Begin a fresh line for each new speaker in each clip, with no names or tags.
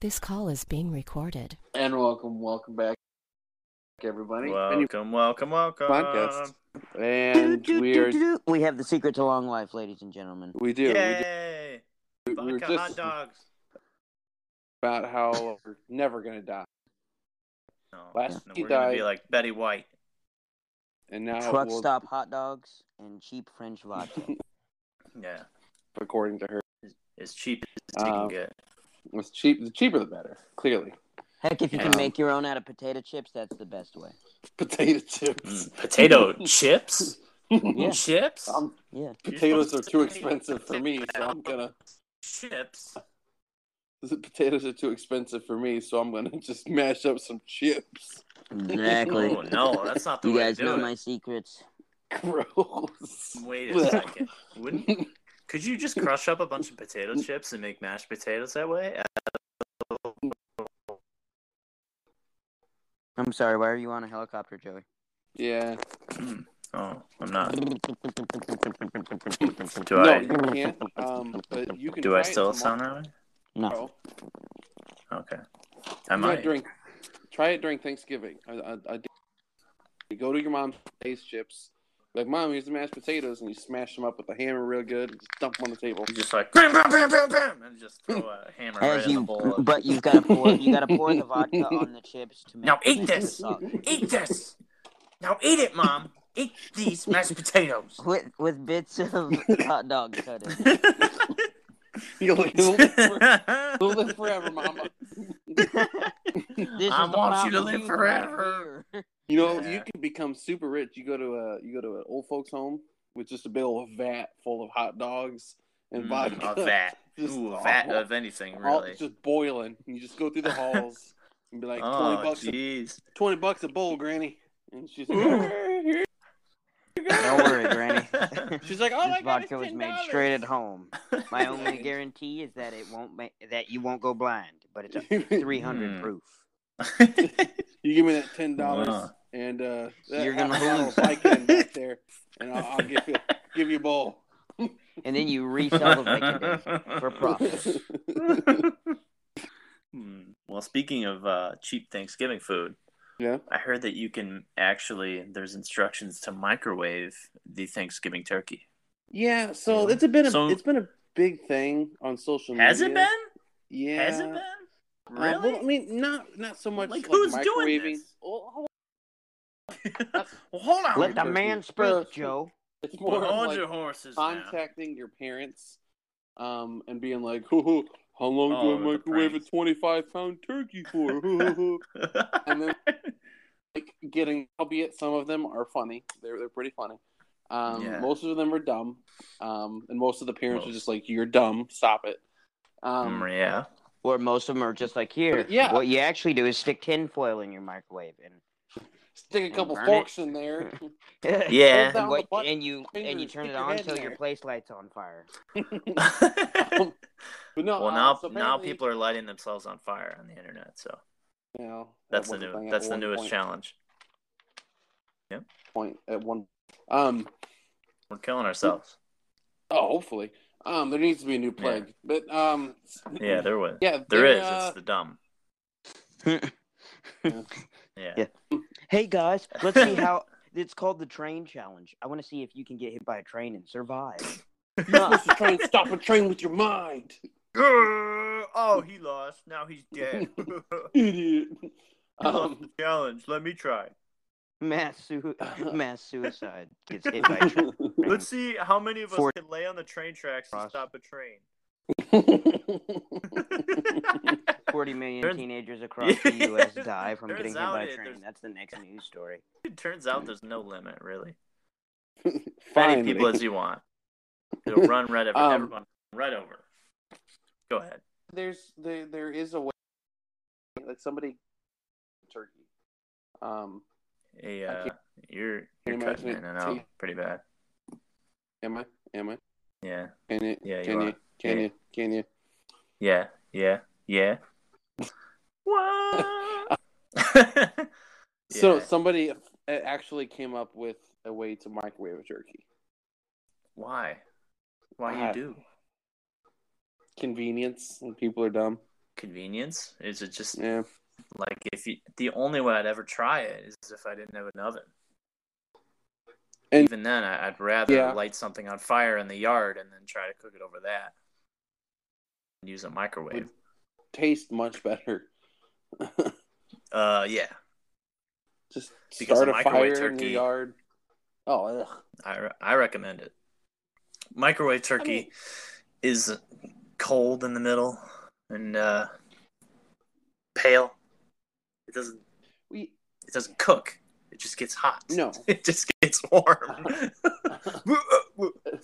This call is being recorded.
And welcome, welcome back, everybody. Any
Welcome, welcome, welcome.
podcast.
Do,
And
do,
we
do,
are,
do, do. we have the secret to long life, ladies and gentlemen.
we do, we do
Yay!
we were
Vodka
just-
hot dogs.
about how we're never gonna die,
No,
Last
no,
he
we're gonna
died-
be like Betty White.
and now
Truck
Ah, we'll-
stop hot dogs and cheap French vodka.
Yeah,
according to her,
as cheap as you
Um,
can get.
it's cheap. The cheaper, the better. Clearly,
Heck, if you
Yeah.
can make your own out of potato chips, that's the best way.
potato chips.
Mm, potato chips,
Mm. Yeah.
chips,
Um,
Yeah.
potatoes are too expensive for me, so I'm gonna.
chips.
Potatoes are too expensive for me, so I'm gonna just mash up some chips.
Exactly.
Oh no, that's not the
you
way
guys
to do
know
it.
my secrets.
Gross.
Wait a second. Wouldn't could you just crush up a bunch of potato chips and make mashed potatoes that way?
I'm sorry, why are you on a helicopter, Joey?
yeah.
Oh, I'm not. Do
no,
I
you can't. Um, but you can.
do
try
I
it
still
tomorrow.
sound that way?
No.
Okay, I
You
might.
gotta drink. Try it during Thanksgiving. I, I, I did. You go to your mom's taste chips. Like, mom, here's the mashed potatoes, and you smash them up with a hammer real good, and just dump them on the table.
You just like bam, bam, bam, bam, bam, and just throw a hammer right
As
in the
you,
bowl. of-
but you've got to pour, you got to pour the vodka on the chips to make.
Now eat
make the
this.
sauce.
Eat this. Now eat it, mom. Eat these mashed potatoes.
With with bits of hot dog cut in.
You'll live, for- you'll live forever, mama.
This
I
is the
want you to
problem
live
right
forever.
here.
You know, you
Yeah.
can become super rich. You go to a you go to an old folks home with just a big old vat full of hot dogs and
Mm,
vodka.
a vat.
Just
Ooh, a
all-
vat of anything,
all-
really.
just boiling. You just go through the halls and be like twenty
Oh,
bucks, a,
jeez.
twenty bucks a bowl, Granny. And she's like, "Oh,
Don't worry, Granny.
she's like, oh
this
my god,
vodka
it's
was made
$10."
straight at home. My only guarantee is that it won't make that you won't go blind, but it's a 300
Mm.
proof.
You give me that ten dollars,
Wow.
and uh, that,
You're gonna
I'll
lose.
bike in back there, and I'll, I'll give you give you a bowl.
And then you resell the vodka for profit.
Hmm. Well, speaking of uh, cheap Thanksgiving food,
Yeah.
I heard that you can actually there's instructions to microwave the Thanksgiving turkey.
Yeah, so it's a been a
So-
it's been a big thing on social media.
Has it been?
Yeah.
Has it been?
Uh, well, I
Really?
mean, not not so much
Like,
like,
who's doing
microwaving.
this?
Well, hold-
well, hold on.
Let the
turkey.
man speak, Joe.
It's
Well,
uh, more of,
hold
like
your horses. now.
contacting your parents, um, and being like, "Hoo hoo, how long
Oh,
do
the
I microwave a
pranks.
twenty-five pound turkey for?" Hoo, hoo, hoo. and then like getting albeit some of them are funny they're, they're pretty funny um,
Yeah.
most of them are dumb um, and most of the parents are
Most.
just like you're dumb stop it um,
Mm, yeah.
Or most of them are just like here.
But, yeah.
What you actually do is stick tin foil in your microwave and
stick a couple
Burn it.
forks in there
Yeah.
Down
And,
the
what,
butt-
and you and you
fingers,
turn
stick
it
your
on
head in
until your
there.
place light's on fire.
well,
but no
now
um, uh, so
now
apparently,
people are lighting themselves on fire on the internet, so
you know, that
that's the
was a thing
new
at
that's the
one
newest
point-
challenge.
point at one um
We're killing ourselves.
oh hopefully um there needs to be a new plague but um
Yeah, there was.
yeah
There
they're,
is.
uh,
It's the dumb. Yeah.
Yeah. Hey guys, let's see how it's called the train challenge. I want to see if you can get hit by a train and survive.
you're supposed to try and stop a train with your mind
oh, he lost. Now he's dead.
idiot
um,
um
challenge. Let me try.
Mass su- mass suicide gets hit by a train.
Let's see how many of us
For-
can lay on the train tracks to
Ross.
stop a train.
Forty million
Turns-
teenagers across the U.S. die from
Turns
getting hit
out
by
it-
a train.
there's-
That's the next news story.
It turns out there's no limit, really.
Finally.
Many people as you want. It'll run right over.
Um,
everyone, right over. Go ahead.
there's there there is a way like somebody turkey. Um,
Hey, uh,
can't-
you're you're
can't
cutting in
imagine it.
and
See?
out pretty bad.
am I? Am I?
Yeah,
Can you?
Yeah, you
can
are.
you? Can
Yeah.
you? Can you?
yeah, yeah, yeah. What?
So
Yeah.
somebody actually came up with a way to microwave a turkey.
Why? Why
Uh,
you do?
Convenience when people are dumb.
convenience? Is it just
Yeah.
like if you, the only way I'd ever try it is if I didn't have an oven.
And-
Even then, I- I'd rather
Yeah.
light something on fire in the yard and then try to cook it over that. And use a microwave.
Taste much better.
Uh, yeah,
Just
Because
start
a
a fire
microwave
in
turkey-
your yard. Oh, ugh.
I re- I recommend it. Microwave turkey
mean-
is cold in the middle and uh, pale. It doesn't
we
it doesn't cook. It just gets hot.
no. Uh-huh.
it just gets warm. uh,
uh,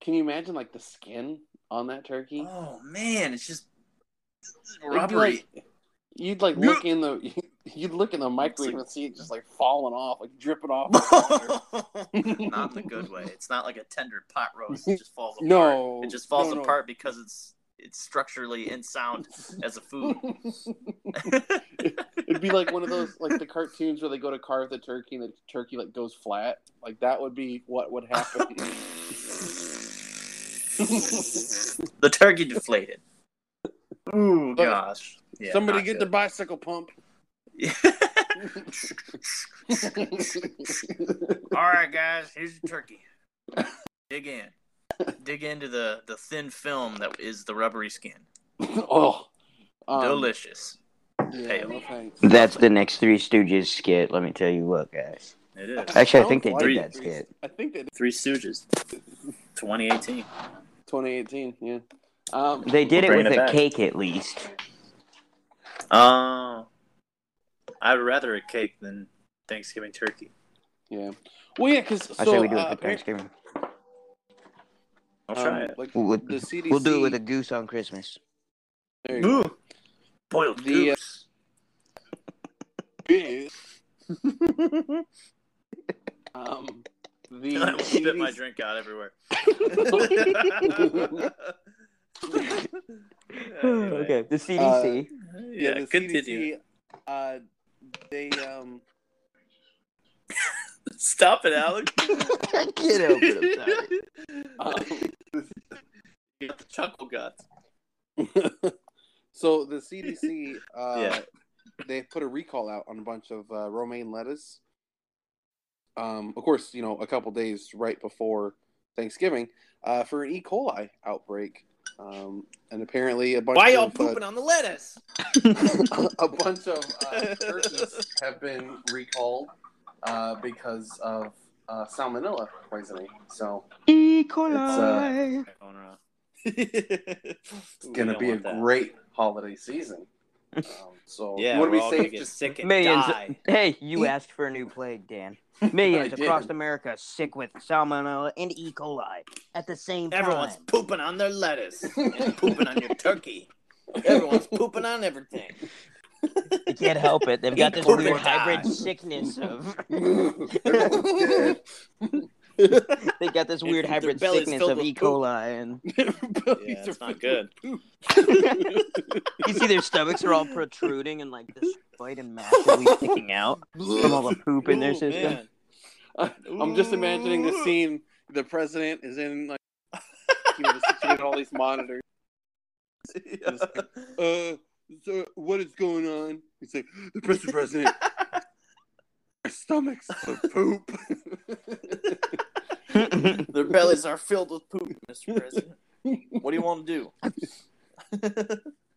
Can you imagine like the skin on that turkey?
Oh man, it's just
It'd be
rubbery.
like- you'd like look in the you'd look in the microwave
like-
and see it just like falling off, like dripping off.
not the good way. It's not like a tender pot roast. It just falls apart.
No,
it just falls
no, no.
apart because it's it's structurally insound as a food.
It'd be like one of those like the cartoons where they go to carve the turkey and the turkey like goes flat. Like that would be what would happen.
the turkey deflated. Ooh
But-
gosh! Yeah,
Somebody
not
get the
good.
bicycle pump.
All right, guys, here's your turkey. Dig in. Dig into the, the thin film that is the rubbery skin.
oh, um,
Delicious.
Yeah,
Pale.
no thanks.
That's the next Three Stooges skit. Let me tell you what, guys.
It is.
Actually, I think they
Sounds
did
like
that
Three-
skit.
I think they did
Three Stooges. 2018.
2018. Yeah. Um,
They did it
Bring
with
it
a
back.
cake, at least.
Oh. I'd rather a cake than Thanksgiving turkey.
yeah. Well, yeah, because so
I say we do
uh,
it for
apparent-
Thanksgiving.
I'll
um,
try it.
Like
We'll, we'll-
the CDC.
we'll do it with a goose on Christmas.
there you go.
Ooh, boiled
The, uh,
goose.
um, the
I will spit my
CDC
drink out everywhere.
okay, the
CDC.
CDC.
Yeah,
the
continue.
CDC, uh, they um,
Stop it, Alex.
Uh, Get over it. I'm sorry.
um,
You got the chuckle guts.
so the CDC uh,
Yeah.
they put a recall out on a bunch of uh, romaine lettuce. Um, of course, you know, a couple days right before Thanksgiving uh, for an E. coli outbreak, um, and apparently a bunch.
Why
of,
y'all
uh,
pooping on the lettuce?
a bunch of uh, turkeys have been recalled uh, because of uh, salmonella poisoning. So
E.
coli.
it's
it's going to Uh, be a great holiday season. Um, so
Yeah,
you want
we're
to
all
be
gonna
safe?
get
Just
sick and
Millions.
die.
Hey, you
E-
asked for a new plague, Dan. Millions
I did.
across America sick with salmonella and E. coli at the same time.
Everyone's pooping on their lettuce and pooping on your turkey. Everyone's pooping on everything.
They can't help it. They've got
E.
this
coli.
weird hybrid sickness of.
Everyone's
They got this
Their-
weird
their
hybrid
belly's
sickness
filled
of
with
E.
poop.
coli, and
dead.
Yeah, it's not good.
you see their stomachs are all protruding and like this white and massively sticking out from all the poop in their
Ooh,
system.
man.
I'm just imagining the scene. The president is in like you know, just looking at all these monitors. Uh, so what is going on? He's like, the Mr. President, our stomachs are poop.
Their bellies are filled with poop, Mr. President. What do you want to do?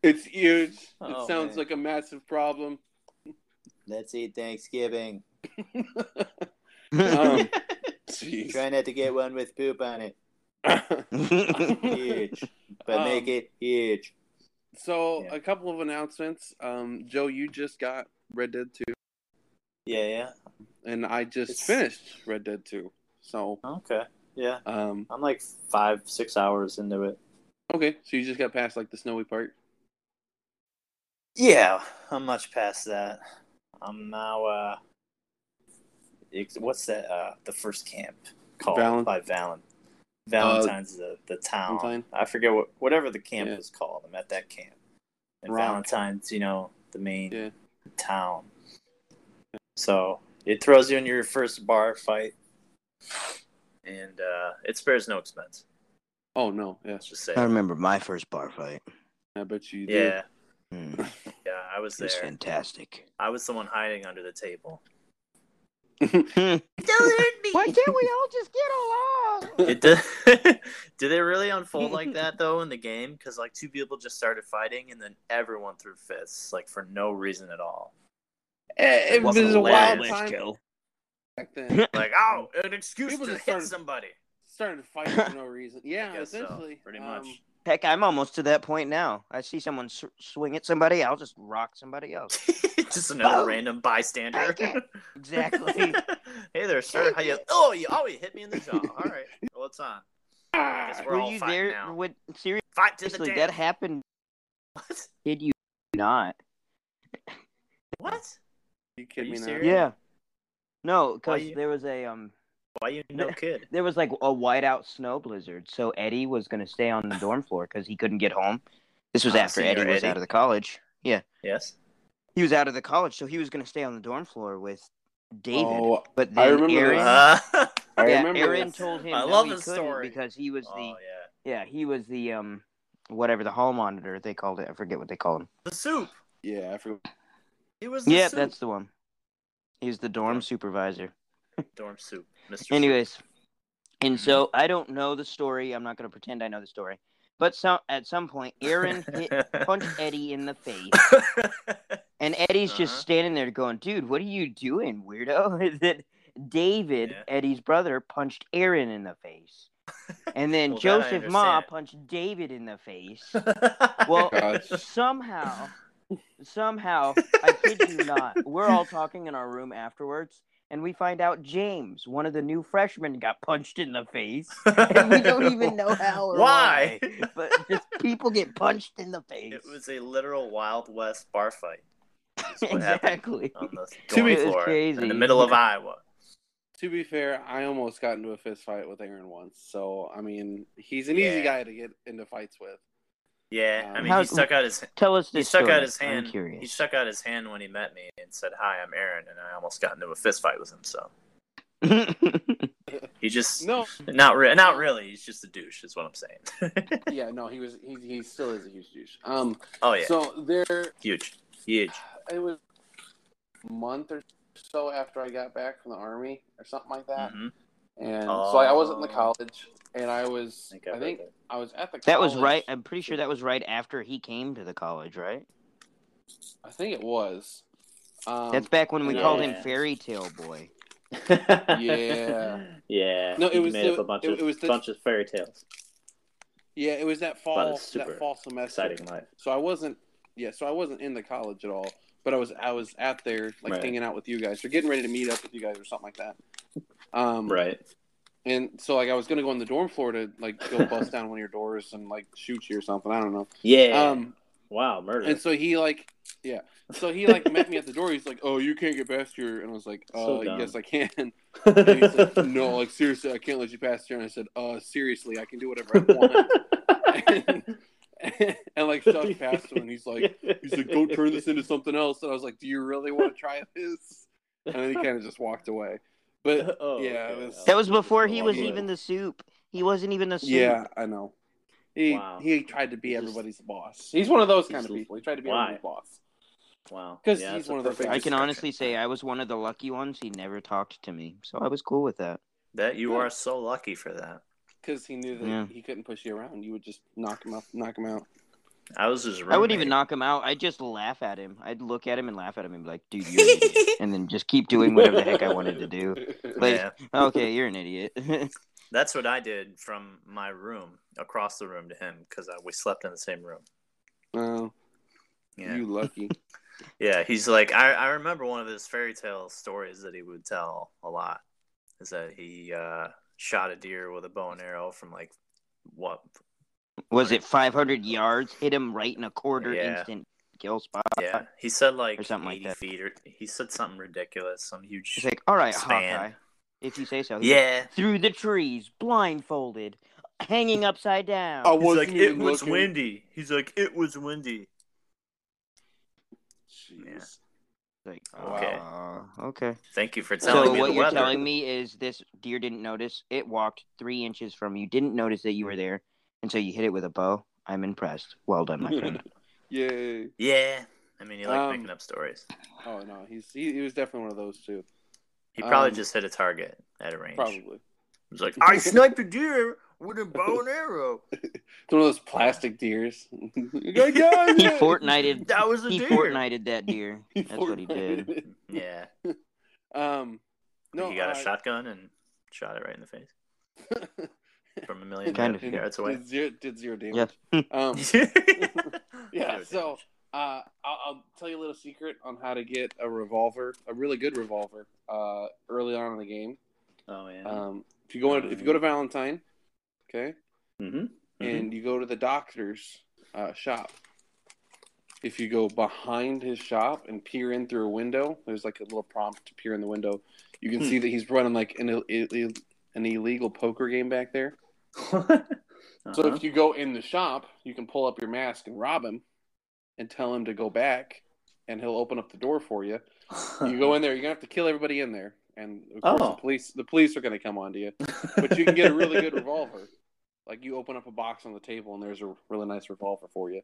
it's huge.
Oh,
it sounds
man.
like a massive problem.
Let's eat Thanksgiving.
Um, jeez.
not to get one with poop on it.
but make Um,
it huge.
so
Yeah.
a couple of announcements. Um, Joe, you just got Red Dead Two,
Yeah, yeah.
and I just
It's-
finished Red Dead Two. So,
Okay. Yeah.
um,
I'm like five, six hours into it.
okay, so you just got past like the snowy part.
Yeah, I'm much past that. I'm now uh ex- what's that uh the first camp called
Valen- Uh,
by Valen. Valentine's the the town.
Valentine?
I forget what whatever the camp
Yeah.
is called. I'm at that camp. And
Rock.
Valentine's, you know, the main
Yeah.
town. So it throws you in your first bar fight. And uh it spares no expense.
Oh no, yes.
Let's just say
I remember my first bar fight.
I bet you. do.
Yeah,
Mm,
yeah, I was
it's
there.
fantastic.
I was someone hiding under the table.
Why can't we all just get along?
It did. did it really unfold like that though in the game? Because like two people just started fighting, and then everyone threw fists like for no reason at all.
Eh, It,
It
was
wasn't
a wild
hilarious,
time
kill.
back then.
Like, oh, an excuse
People
to hit
just started-
somebody.
Started fighting for no reason. Yeah,
guess so,
essentially.
pretty
Um,
much.
Heck, I'm almost to that point now. I see someone s- swing at somebody, I'll just rock somebody else.
just another
Oh.
random bystander.
Take it. Exactly.
hey there, sir. How you? Oh, you! Oh, you hit me in the jaw. All right. Well, it's on.
ah,
Guess we're
Were
all
you
fighting
there?
now.
With, seriously,
Fight to the death.
that happened.
What?
Did you not?
What?
you kidding
Are you
me now?
serious?
Yeah. No, because
you-
there was a um,
Why you no kid?
there was like a whiteout snow blizzard, so Eddie was gonna stay on the dorm floor because he couldn't get home. This was
Ah,
after
senior
Eddie was
Eddie.
out of the college. Yeah,
Yes.
he was out of the college, so he was gonna stay on the dorm floor with David.
Oh,
but
I
then
remember
Aaron,
this.
Uh, oh
I
yeah,
remember.
Aaron
this.
told him
I
no,
love
he
this
couldn't
story.
because he was the
Oh, yeah.
yeah he was the um whatever the hall monitor they called it. I forget what they called him.
The soup.
Yeah, I forgot.
It was. The
Yeah,
soup.
that's the one. He was the dorm
Yeah.
supervisor.
dorm soup. Mr.
Anyways,
Mm-hmm.
and so I don't know the story. I'm not going to pretend I know the story. But so, at some point, Aaron hit, punched Eddie in the face, and Eddie's just
Uh-huh.
standing there going, "Dude, what are you doing, weirdo?" that David,
Yeah.
Eddie's brother, punched Aaron in the face, and then
Well, that I
Joseph Ma
understand.
punched David in the face. Well,
God.
somehow, somehow, I kid you not, we're all talking in our room afterwards, and we find out James, one of the new freshmen, got punched in the face. And we don't even know how or
Why?
But just people get punched in the face.
It was a literal Wild West bar fight what happened.
exactly.
on the
To
dorm
be-
It was
floor in
crazy.
the middle of Iowa.
To be fair, I almost got into a fist fight with Aaron once. So I mean, he's an
Yeah.
easy guy to get into fights with.
Yeah, I mean,
How-
he stuck out his
Tell us
he
this.
stuck
story.
out his hand.
I'm
He
curious.
stuck out his hand when he met me and said, "Hi, I'm Aaron," and I almost got into a fist fight with him. So he just
No,
not re- not really. He's just a douche, is what I'm saying.
yeah, no, he was. He, he still is a huge douche. Um,
oh yeah,
so there,
huge, huge.
it was a month or so after I got back from the army or something like that,
Mhm.
and so I wasn't in the
Oh.
college, and I was.
I
I
read
think
that.
I was at the.
that was
college-
right. I'm pretty sure that was right after he came to the college, right?
I think it was. Um,
That's back when we
yeah.
called him Fairy Tale Boy.
Yeah.
yeah.
No, it
he
was
made
the-
up a bunch
it-
of
it was the-
bunch of fairy tales.
yeah, it was that
But
fall.
it's super
that fall semester.
Exciting life.
So I wasn't. Yeah, so I wasn't in the college at all, but I was. I was out there like
Right.
hanging out with you guys, or getting ready to meet up with you guys, or something like that. Um,
Right.
And so like I was gonna go on the dorm floor to like go bust down one of your doors and like shoot you or something. I don't know.
Yeah.
Um,
wow, murder.
and so he like. Yeah. So he like met me at the door. He's like, "Oh, you can't get past here," and I was like, "Uh,
So dumb.
yes, I can." And he's like, "No, like seriously, I can't let you pass here." And I said, "Uh, seriously, I can do whatever I want." and, like shoved past him and he's like he's like go turn this into something else and i was like do you really want to try this and then he kind of just walked away but
Oh,
yeah,
okay.
it was-
That was before he was
Yeah.
even the soup. He wasn't even the soup.
yeah i know he
Wow.
he tried to be
He just-
everybody's boss he's one of those
He
kind of
just-
people he tried to be
Why?
everybody's boss
Wow.
'Cause
Yeah,
he's
that's a
one of those
perfect
I can
things-
description.
honestly say I was one of the lucky ones. He never talked to me, so I was cool with that.
that you are so lucky for that.
because he knew that
Yeah.
he couldn't push you around you would just knock him out knock him out
I was just.
I would even knock him out. I'd just laugh at him. I'd look at him and laugh at him and be like, "Dude, you're an idiot," and then just keep doing whatever the heck I wanted to do. Like,
Yeah,
okay, you're an idiot.
that's what I did from my room across the room to him because we slept in the same room.
oh
Yeah.
you lucky
Yeah, he's like I, I remember one of his fairy tale stories that he would tell a lot is that he uh, shot a deer with a bow and arrow from like what
was it 500 yards? Hit him right in a quarter
Yeah.
instant kill spot.
yeah he said like
Or something like
80
that.
feet or he said something ridiculous some huge
It's like, all right,
Span.
Hawkeye, if you say so.
yeah
Through the trees, blindfolded, hanging upside down.
I
he's
wasn't
like it
even
was
looking."
windy he's like it was windy
Jeez.
Like,
Okay.
uh, okay.
thank you for telling
So
me
what
the
you're
weather
telling me is this deer didn't notice it walked three inches from you, didn't notice that you were there, and so you hit it with a bow. I'm impressed. Well done, my friend.
Yay!
Yeah. I mean, you like
Um,
making up stories.
Oh no, he's he, he was definitely one of those too.
He probably
um,
just hit a target at a range.
Probably
He's like, I sniped a deer with a bow and arrow.
it's one of those plastic deers. Good guy,
He
yeah.
Fortnited.
That was a
He
deer.
Fortnited that deer.
He
That's what he did.
Fortnited.
Yeah.
Um, no,
he got
uh,
a shotgun and shot it right in the face from a million
Kind of,
yards away.
Did zero, did zero damage.
Yes.
Um,
No
yeah. So
damage.
uh, I'll, I'll tell you a little secret on how to get a revolver, a really good revolver, uh, early on in the game.
Oh yeah.
Um, if you go in, if you go to Valentine, okay,
mm-hmm.
and you go to the doctor's uh, shop. If you go behind his shop and peer in through a window, there's like a little prompt to peer in the window. You can
Hmm.
see that he's running like an, Ill- Ill- an illegal poker game back there. So
Uh-huh.
if you go in the shop, you can pull up your mask and rob him and tell him to go back and he'll open up the door for you.
Uh-huh.
You go in there, you're going to have to kill everybody in there. And of course
Oh.
the police the police are going to come onto you. But you can get a really good revolver. Like you open up a box on the table and there's a really nice revolver for you.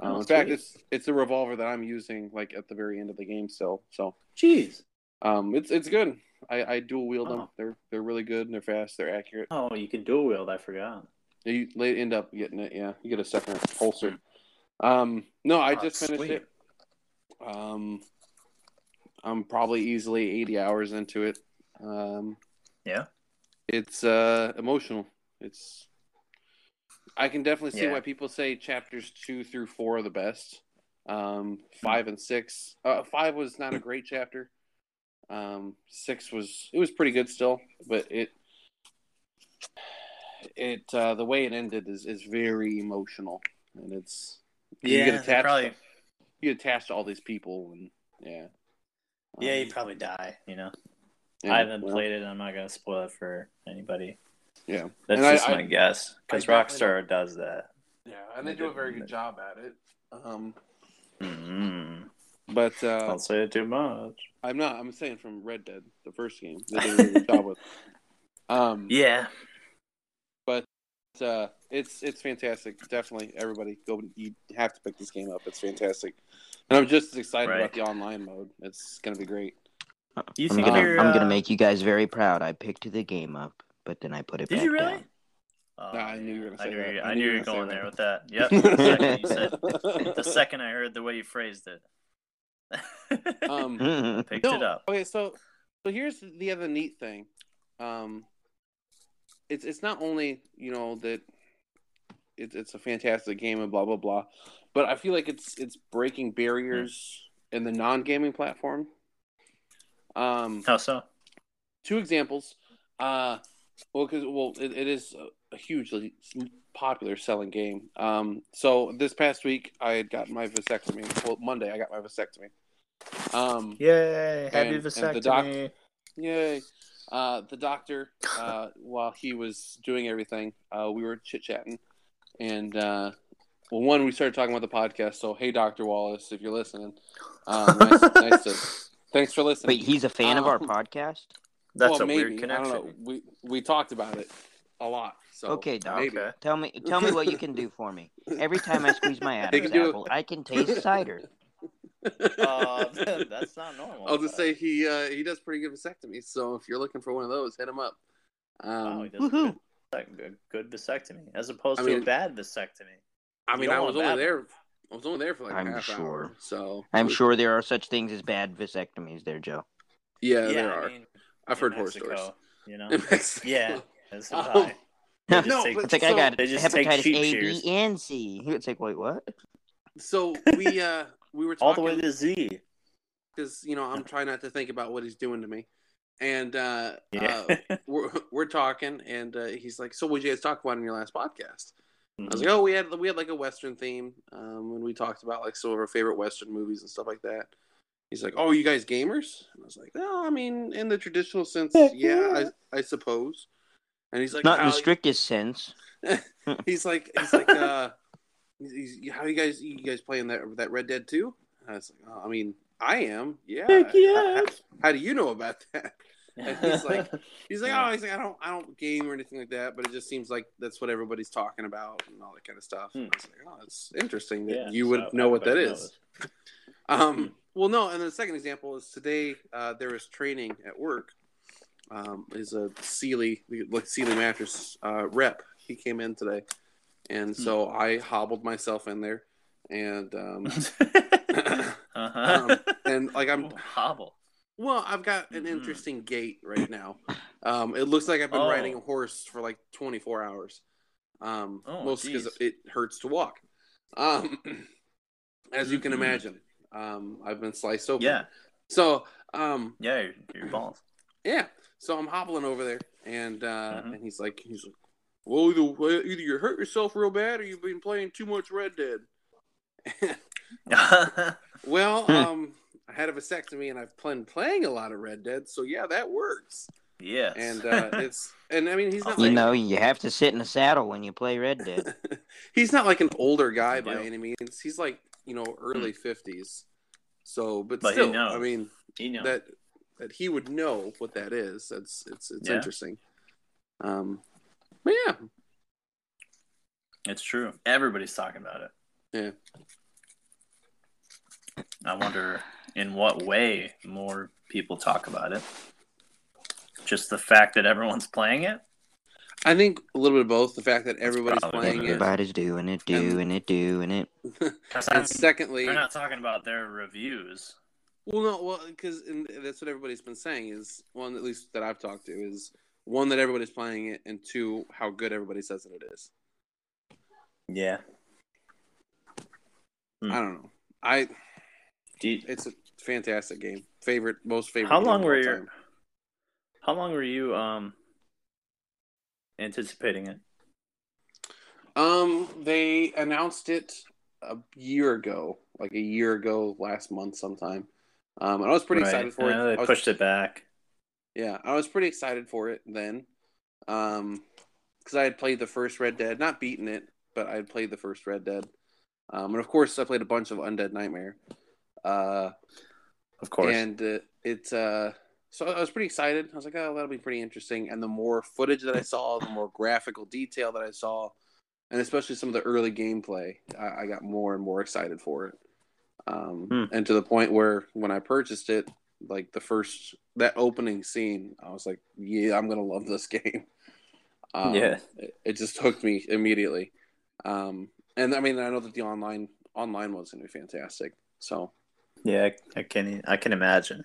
Um,
Oh,
in fact,
sweet.
it's it's a revolver that I'm using like at the very end of the game still. So
Jeez.
um, it's it's good. I, I dual wield them.
Oh.
They're they're really good and they're fast. They're accurate.
Oh, you can dual wield. I forgot.
You la- end up getting it, yeah. You get a second holster. Um, no, I
Oh,
just finished
sweet.
it. Um, I'm probably easily 80 hours into it. Um,
Yeah.
it's uh, emotional. It's. I can definitely see
Yeah.
why people say chapters two through four are the best. Um, five and six. Uh, five was not a great chapter. Um, six was it was pretty good still, but it it uh, the way it ended is is very emotional, and it's
Yeah.
you get
they
attached.
probably.
You get attached to all these people, and yeah,
Yeah,
Um,
you probably die. You know.
yeah,
I haven't
well,
played it. and I'm not gonna spoil it for anybody.
Yeah.
That's
And I-
just
I-
my guess because
I definitely-
Rockstar does that.
Yeah, and they do a very good job at it. Um,
Mm-hmm.
but uh,
Don't say it too much.
I'm not. I'm saying from Red Dead, the first game, they did a really good job with. Um,
Yeah.
but, uh, it's it's fantastic. Definitely, everybody go. You have to pick this game up. It's fantastic, and I'm just as excited
Right.
about the online mode. It's gonna be great.
You
I'm
think
gonna,
you're,
I'm
uh,
gonna make you guys very proud. I picked the game up, but then I put it
Did
back
you really?
down.
Oh,
Nah, I knew you were gonna
I
say
knew
that.
you-
I
I
knew
knew
you
you
were
were
gonna
going
say
there with that. Yep. The second you said, the second I heard the way you phrased it,
Um,
picked
No,
it up.
Okay, so so here's the other neat thing. Um, it's it's not only you know that it's it's a fantastic game and blah blah blah, but I feel like it's it's breaking barriers in the non gaming platform. Um,
How so?
two examples. Uh, well, because well, it, it is a hugely popular selling game. Um, so this past week I had gotten my vasectomy. Well, Monday I got my vasectomy. Um,
Yay!
happy And- and the doc- vasectomy. Yay. Uh, the doctor, uh, while he was doing everything, uh, we were chit chatting. And, uh, well, one, we started talking about the podcast. So, hey, Dr. Wallace, if you're listening, um, nice, nice to, thanks for listening.
Wait, he's a fan of our
Oh.
Um,
podcast.
That's
well,
a
maybe.
weird
I don't
connection.
know. We, we talked about it a lot. So
Okay, Doc.
maybe.
Okay.
Tell me, tell me what you can do for me. Every time I squeeze my Adam's
do-
apple, I can taste cider.
Uh, that's not normal.
I'll just say he uh, he does pretty good vasectomies. So, if you're looking for one of those, hit him up.
Wow, he
Um,
does a
Woohoo.
good, like, a good, vasectomy, as opposed
I
to
mean-
a bad vasectomy.
I
you
mean,
don't
I
want
was
a
only
bad
there. I was only there for like
I'm
a half hour.
sure.
So
I'm sure there are such things as bad vasectomies. There, Joe.
Yeah, there
I
are.
mean,
I've
in
heard horror
Mexico,
stories.
You know,
In Mexico.
yeah, that's
Um,
high. They just
no,
take-
but-
It's like I
So-
got
They just take
hepatitis A,
cheap
B,
shears.
and C. It's like, wait, what?
So we uh we were talking
all the way to Z.
because you know I'm trying not to think about what he's doing to me, and uh,
Yeah.
uh we're we're talking, and uh, he's like, "So what did you guys talk about in your last podcast?" I was like,
Mm-hmm.
"Oh, we had we had like a western theme, um, and we talked about like some of our favorite western movies and stuff like that." He's like, "Oh, you guys gamers?" And I was like, "Well, I mean, in the traditional sense,
Heck
yeah,
yeah.
I, I suppose." And he's like,
Not in the
"How-
strictest sense.
He's like, he's like, uh, he's, he's- how you guys, you guys playing that that Red Dead 2? I was like, oh, I mean, I am, yeah. How, how do you know about that? And he's like, he's like, oh, he's like, I don't, I don't game or anything like that, but it just seems like that's what everybody's talking about and all that kind of stuff. And I was like, oh, it's interesting that
Hmm. Yeah,
you would
so
know what that
everybody
is.
knows.
Um, well, no, and the second example is today uh, there was training at work. Um, is a Sealy, like Sealy mattress uh, rep. He came in today,
Hmm.
and so I hobbled myself in there, and um,
uh-huh.
and like I'm
Ooh, hobble.
well, I've got an
Mhm.
interesting gait right now. Um, it looks like I've been
Oh.
riding a horse for like 24 hours. Um,
Oh,
mostly because
geez.
it hurts to walk. Um, as you can
Mhm.
imagine, um, I've been sliced open.
Yeah,
So, um,
yeah, your, your balls.
yeah. So I'm hobbling over there, and uh,
Mhm.
and he's like, he's like, well, either either you hurt yourself real bad, or you've been playing too much Red Dead. well,
Hmm.
um, I had a vasectomy, and I've been playing a lot of Red Dead, so yeah, that works
yes.
and uh, it's and I mean he's
I'll
not
You
like
take
know, you have to sit in the saddle when you play Red Dead.
he's not like an older guy by
Yeah. Hmm.
any means. He's like you know early fifties. So, but,
But he
still,
knows.
I mean
you know,
that that he would know what that is. That's it's it's
Yeah.
interesting. Um, but yeah,
it's true. Everybody's talking about it. I wonder in what way more people talk about it. Just the fact that everyone's playing it.
I think a little bit of both. The fact that everybody's
probably what
playing
it
it,
Everybody's doing it, doing it, doing it.
and secondly,
they're not talking about their reviews.
Well, no, well, because that's what everybody's been saying is one, at least that I've talked to, is one that everybody's playing it, and two, how good everybody says that it is.
Yeah. Hmm.
I don't know. I
Do you,
it's a fantastic game. Favorite, most favorite.
how
game
long
of
were
all
your
time.
How long were you um anticipating it?
Um, they announced it a year ago, like a year ago, last month sometime. Um, and I was pretty
Right.
excited for
I
it.
know
I
they
was-
pushed it back.
Yeah, I was pretty excited for it then, um, because I had played the first Red Dead, not beaten it, but I had played the first Red Dead, um, and of course I played a bunch of Undead Nightmare, uh,
Of course.
and uh, it's uh, so I was pretty excited. I was like, oh, that'll be pretty interesting. And the more footage that I saw, the more graphical detail that I saw, and especially some of the early gameplay, I, I got more and more excited for it. Um,
Hmm.
And to the point where when I purchased it, like the first that opening scene, I was like, yeah, I'm gonna love this game. Um,
Yeah.
it, it just hooked me immediately. Um, and I mean, I know that the online online one's gonna be fantastic. So
yeah, I, I can I can imagine.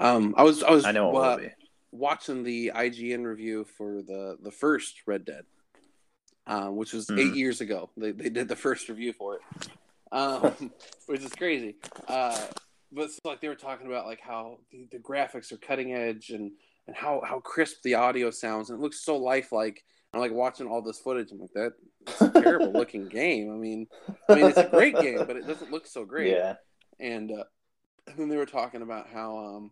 um, I was I was
I know it
uh,
will be.
watching the IGN review for the the first Red Dead, uh, which was
Mhm.
eight years ago. They they did the first review for it, um, which is crazy. Uh, but it's like they were talking about like how the, the graphics are cutting edge and and how how crisp the audio sounds and it looks so lifelike. I'm like watching all this footage. I'm like that that's a terrible looking game. I mean, I mean it's a great game, but it doesn't look so great
Yeah.
and uh, and then they were talking about how um,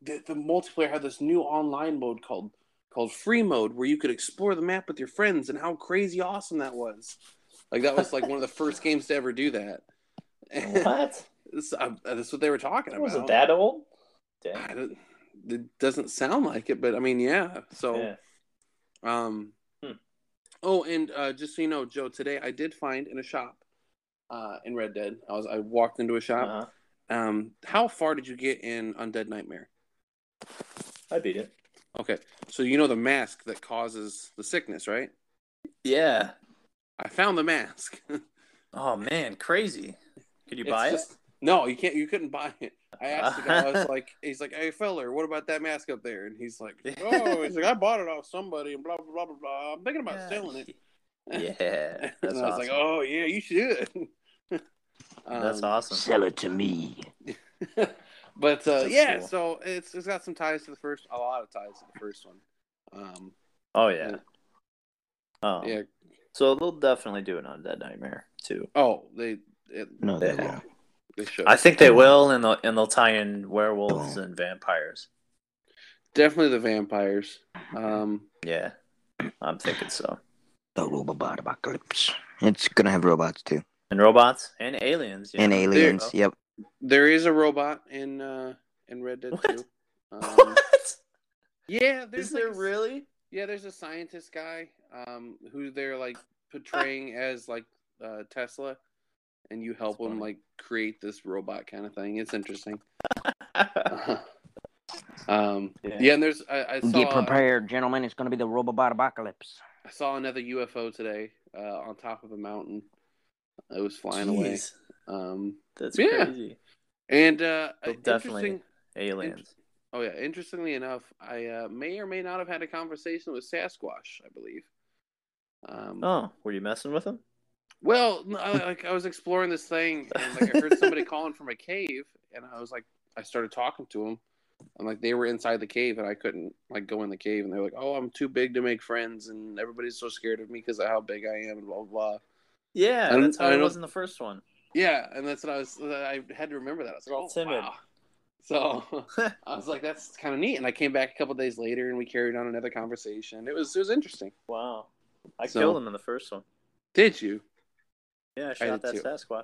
the, the multiplayer had this new online mode called called free mode where you could explore the map with your friends and how crazy awesome that was like that was like one of the first games to ever do that
What?
This- uh, that's what they were talking
It
about
wasn't that old? Dang.
I don't- it doesn't sound like it but i mean yeah so
Yeah.
um,
Hmm.
Oh, and uh, just so you know, Joe, today I did find in a shop uh, in Red Dead. I was I walked into a shop.
Uh-huh.
Um, how far did you get in Undead Nightmare?
I beat it.
Okay, so you know the mask that causes the sickness, right?
Yeah.
I found the mask.
Oh man, crazy. Could you buy it?
No, you can't. You couldn't buy it. I asked the guy. I was like, he's like, hey feller, what about that mask up there? And he's like, oh, he's like, I bought it off somebody and blah blah blah blah blah. I'm thinking about selling it.
Yeah.
and I
That's
was
awesome.
like, oh yeah, you should.
That's
Um,
awesome.
Sell it to me.
but uh,
That's
yeah,
cool.
so it's it's got some ties to the first, a lot of ties to the first one. Um,
Oh yeah.
Yeah.
Oh.
yeah.
So they'll definitely do it on Dead Nightmare too.
Oh, they it,
No, they
Yeah.
won't.
they should
I think they will, and they'll and they'll tie in werewolves and vampires.
definitely the vampires. Um,
Yeah, I'm thinking so.
The robot apocalypse. It's gonna have robots too,
And robots and aliens. yeah.
and aliens.
There
Yep.
there is a robot in uh in Red Dead
What?
Two.
you go.
Um,
What?
Yeah, there's
Is
like
there
a-
really?
Yeah, there's a scientist guy um, who they're like portraying as like uh, Tesla, and you help
That's
him
funny.
like create this robot kind of thing. It's interesting. um, yeah.
Yeah.
and there's I, I
Get
saw
prepared, gentlemen. It's going to be the Robobot apocalypse.
I saw another UFO today uh, on top of a mountain. It was flying
Jeez,
away. Um,
That's
Yeah.
crazy.
and uh,
Well,
definitely.
definitely. Aliens.
Oh yeah, interestingly enough, I uh, may or may not have had a conversation with Sasquatch. I believe. Um,
Oh, were you messing with them?
Well, no, I, like I was exploring this thing, and like I heard somebody calling from a cave, and I was like, I started talking to him, and like they were inside the cave, and I couldn't like go in the cave, and they're like, "Oh, I'm too big to make friends, and everybody's so scared of me because of how big I am, and blah blah." blah.
Yeah,
I
that's
don't-
how
I
it
don't-
was in the first one.
Yeah, and that's what I was. I had to remember that. I was like,
All
"Oh,
timid.
wow." So I was like, "That's kind of neat," and I came back a couple days later, and we carried on another conversation. It was it was interesting.
Wow. I
So-
killed him in the first one.
Did you?
Yeah, I shot that
did too.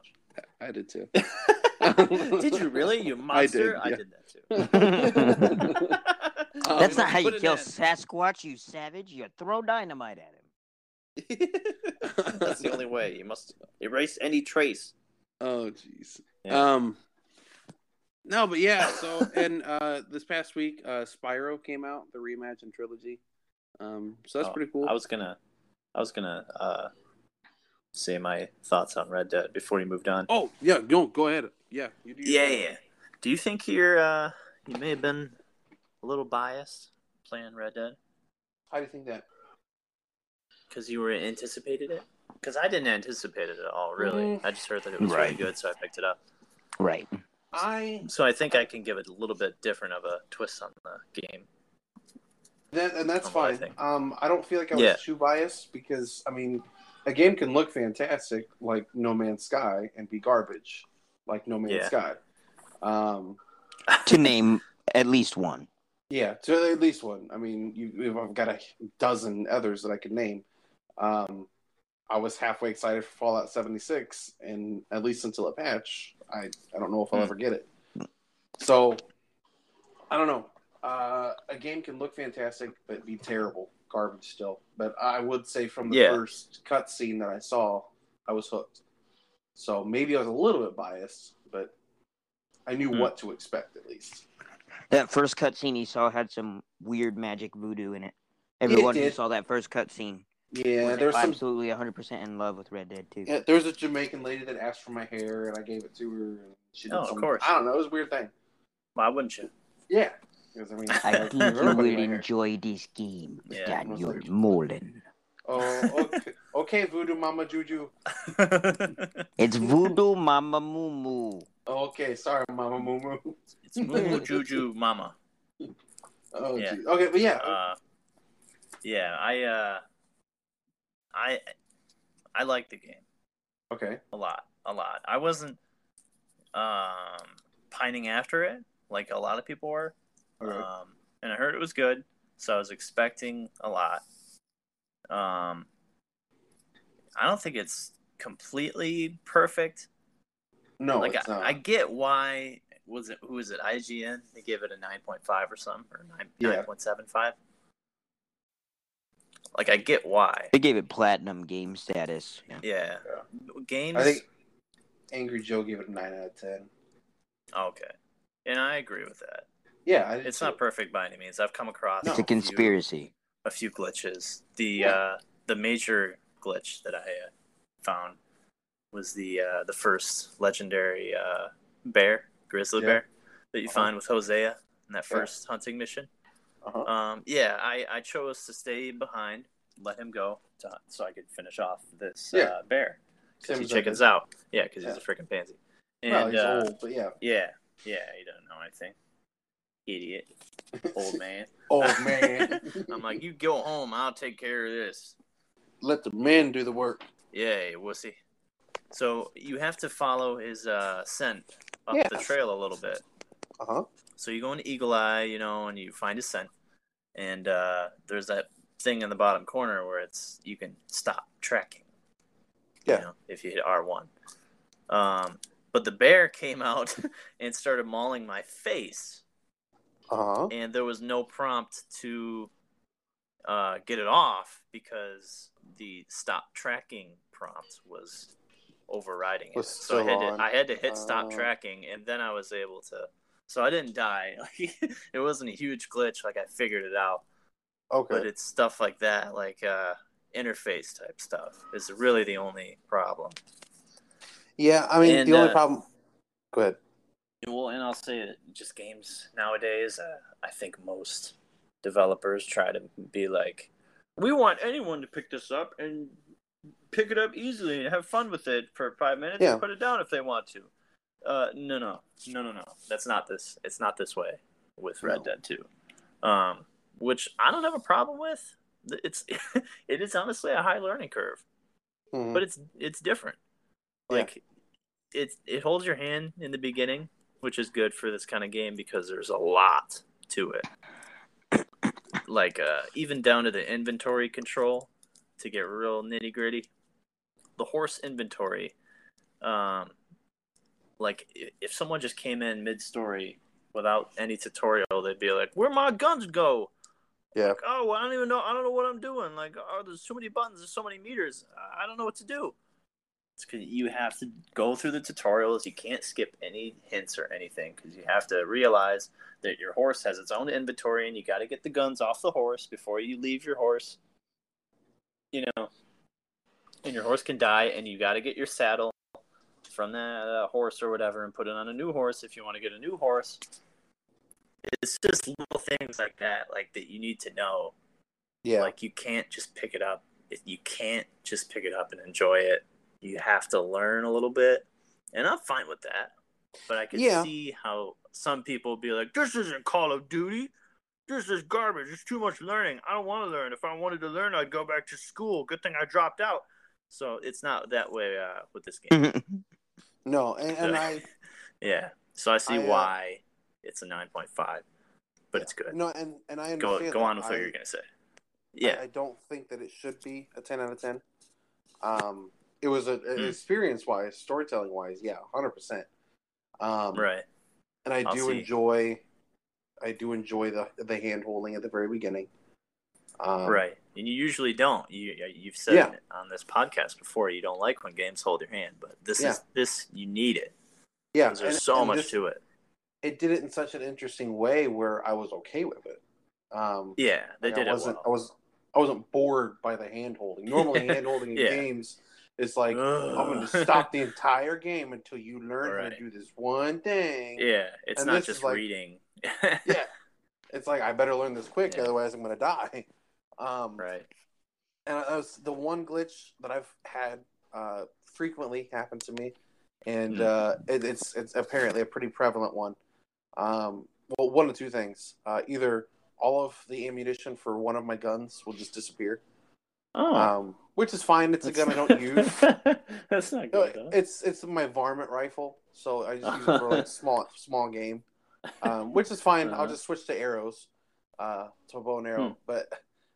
I did too.
Sasquatch. did you really? You monster? I
yeah.
did,
That's
that too.
Um,
That's not
let's
how you
put an
kill
end.
Sasquatch, you savage. You throw dynamite at him.
That's the only way. You must erase any trace.
Oh jeez.
Yeah.
Um No, but yeah, so and uh this past week uh Spyro came out, the reimagined trilogy. Um so that's
Oh,
pretty cool.
I was gonna, I was gonna uh, say my thoughts on Red Dead before you moved on.
Oh, yeah, no, go ahead. Yeah, you do.
Yeah, yeah. Do you think you're uh, you may have been a little biased playing Red Dead
How do you think that?
because you were anticipated it? Because I didn't anticipate it at all, really.
Mm.
I just heard that it was really
Right.
good, so I picked it up.
Right.
I
So I think I can give it a little bit different of a twist on the game.
that and that's
From what I
fine.
think.
um I don't feel like I was
Yeah.
too biased because I mean a game can look fantastic like No Man's Sky and be garbage like No Man's
Yeah.
Sky. Um
To name at least one.
Yeah, to at least one. I mean, you, you've- I've got a dozen others that I could name. Um, I was halfway excited for Fallout 76, and at least until a patch, I, I don't know if I'll
Hmm.
ever get it. So, I don't know. Uh, a game can look fantastic, but be terrible, garbage still. But I would say from the
Yeah.
first cutscene that I saw, I was hooked. So maybe I was a little bit biased, but I knew
Hmm.
what to expect at least.
That first cutscene he saw had some weird magic voodoo in it. Everyone who
did.
saw that first cutscene
Yeah,
was
there's some
absolutely 100% in love with Red Dead 2.
Yeah, there was a Jamaican lady that asked for my hair, and I gave it to her. And she did
Oh, of
some-
course.
I don't know. It was a weird thing.
Why wouldn't you?
Yeah. Because, I mean,
I think you
everybody
will
my hair.
enjoy this game
Yeah,
that
most
you're
likely.
molding.
Oh, okay, okay, Voodoo Mama Juju.
It's Voodoo Mama Moo Moo.
Okay, sorry, Mama Moo Moo.
It's Moo Juju Mama.
Oh,
Yeah.
geez. okay, but yeah,
uh, yeah, I, uh, I, I like the game
okay,
a lot, a lot. I wasn't um, pining after it like a lot of people were,
okay.
um, and I heard it was good, so I was expecting a lot. Um, I don't think it's completely perfect.
no,
like
Oh, it's um,
I,
not.
I get why was it who was it IGN they gave it a 9.5 or something or 9,
Yeah.
9.75 like I get why
They gave it platinum game status. Yeah.
yeah, games
I think Angry Joe gave it a nine out of ten.
okay and I agree with that
Yeah, I did
it's
too.
not perfect by any means I've come across
No.
It's a
few-
conspiracy.
a few glitches the
Yeah.
uh the major glitch that I uh, found was the uh the first legendary uh bear grizzly
Yeah.
bear that you
Uh-huh.
find with Hosea in that
Yeah.
first hunting mission
Uh-huh.
Um, yeah, I, I chose to stay behind, let him go, to, so I could finish off this
Yeah.
uh, bear because
Same
he
as I did.
chickens out. Yeah, because
Yeah.
he's a freaking pansy. And
Well, he's
uh,
old, but yeah,
yeah, yeah, he doesn't know anything. Idiot, old man.
old man.
I'm like, you go home. I'll take care of this.
let the men do the work.
Yay, wussy. So you have to follow his uh, scent up
Yeah.
the trail a little bit.
Uh huh.
So you go into Eagle Eye, you know, and you find a scent, and uh, there's that thing in the bottom corner where it's you can stop tracking.
Yeah.
You know, if you hit R one. Um, but the bear came out and started mauling my face.
Uh huh.
and there was no prompt to uh, get it off because the stop tracking prompt was overriding it.
Was
so I
still
had,
on.
to, I had to hit stop
Oh.
tracking, and then I was able to. So I didn't die. Like, it wasn't a huge glitch. Like I figured it out, but
Okay.
it's stuff like that, like uh, interface type stuff, is really the only problem.
Yeah, I mean
and,
the only
uh,
problem. Go ahead.
Well, and I'll say it.
just games nowadays. Uh, I think most developers try to be like,
We want anyone to pick this up and pick it up easily and have fun with it for five minutes
Yeah.
and put it down if they want to. Uh, no, no,
no, no, no, that's not this. It's not this way with Red
No.
Dead Two, um, which I don't have a problem with. It's it is honestly a high learning curve,
Mhm.
but it's it's different.
Yeah.
Like it it holds your hand in the beginning, which is good for this kind of game because there's a lot to it. Like uh, even down to the inventory control to get real nitty gritty. The horse inventory, um, like i- if someone just came in mid story without any tutorial, they'd be like, "Where my guns go?"
Yeah.
Like, oh, I don't even know. I don't know what I'm doing. Like, oh, there's so many buttons. There's so many meters. I I don't know what to do. It's 'cause you have to go through the tutorials. You can't skip any hints or anything because you have to realize that your horse has its own inventory, and you got to get the guns off the horse before you leave your horse. You know, and your horse can die, and you got to get your saddle from that uh, horse or whatever, and put it on a new horse if you want to get a new horse. It's just little things like that, like that you need to know.
yeah.
Like you can't just pick it up. If You can't just pick it up and enjoy it. You have to learn a little bit, and I'm fine with that. But I can
Yeah.
see how some people be like, "This isn't Call of Duty. This is garbage. It's too much learning. I don't want to learn. If I wanted to learn, I'd go back to school. Good thing I dropped out." So it's not that way uh, with this game.
no, and, and
Yeah.
I
Yeah. So I see
Mm-hmm. I, uh,
why it's a 9.5, but it's good.
no, and and I
go
understand.
go
that.
on with
I-
what you're going to say. Yeah.
I, I don't think that it should be a ten out of ten. Um, it was a,
Hmm.
experience wise, storytelling wise, yeah, hundred percent. Um,
right.
and I
I'll
do
see.
enjoy, I do enjoy the the hand holding at the very beginning. Um,
right. And you usually don't. You you've said
Yeah.
it on this podcast before you don't like when games hold your hand, but this
Yeah.
is this you need it.
Yeah,
'cause there's so much to it.
It did it in such an interesting way where I was okay with it. Um,
Yeah, they
Like,
did
I
it
wasn't,
well.
I was I wasn't bored by the hand holding. Normally, hand holding in
Yeah.
games is like
Ugh.
I'm going to stop the entire game until you learn how
Right.
to do this one thing.
yeah, it's
And
not
this
just
is like-
reading.
Yeah. It's like I better learn this quick,
Yeah.
otherwise I'm going to die. Um,
Right.
And that was the one glitch that I've had uh, frequently happen to me,
Mm.
and
Hmm.
uh, it, it's it's apparently a pretty prevalent one. Um, well, one of two things: uh, either all of the ammunition for one of my guns will just disappear,
Oh,
um, which is fine. It's a gun I don't use.
That's not
No,
good. though.
Uh, it's it's my varmint rifle, so I just use it for like small small game, um, which is fine.
Uh-huh.
I'll just switch to arrows, uh, to a bow and arrow. But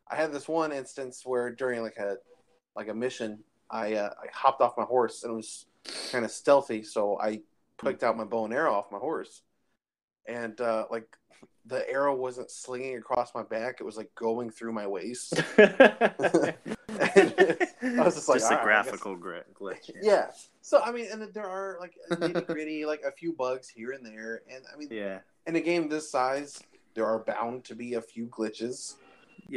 I had this one instance where during like a like a mission, I uh, I hopped off my horse and it was kind of stealthy, so I picked out my bow and arrow off my horse, and uh, like the arrow wasn't slinging across my back; it was like going through my waist. I was just like,
just a
"All right, I guess-
graphical gri- glitch.
yeah. So I mean, and then there are like nitty gritty, like a few bugs here and there, and I mean,
Yeah.
in a game this size, there are bound to be a few glitches.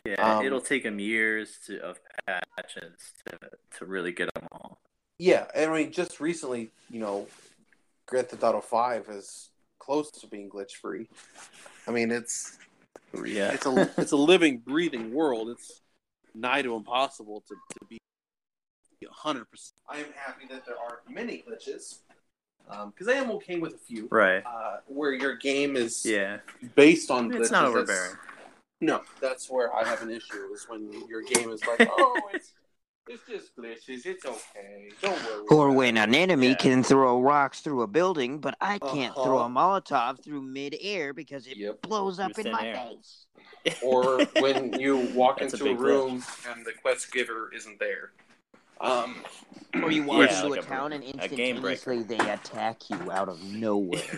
yeah,
Um,
it'll take them years to of patches to to really get them all.
Yeah, and I mean, just recently, you know, Grand Theft Auto Five is close to being glitch free. I mean, it's
Yeah,
it's a it's a living, breathing world. It's nigh to impossible to to be hundred percent. I am happy that there aren't many glitches because I am okay with a few.
Right.
Uh, where your game is
Yeah.
based on
It's
glitches,
not
that's-
overbearing.
No, that's where I have an issue is when your game is like, oh, it's it's just glitches. It's okay. Don't worry.
Or
about
when
it."
an enemy
Yeah.
can throw rocks through a building, but I can't throw
Uh-huh.
a Molotov through midair because it
Yep.
blows up in
Through thin
my
air.
face.
Or when you walk
That's a
into a,
big glitch.
room and the quest giver isn't there. Um,
Or you
Yeah,
walk into
like
a
a-
town and
a game breaker.
instantaneously they attack you out of nowhere.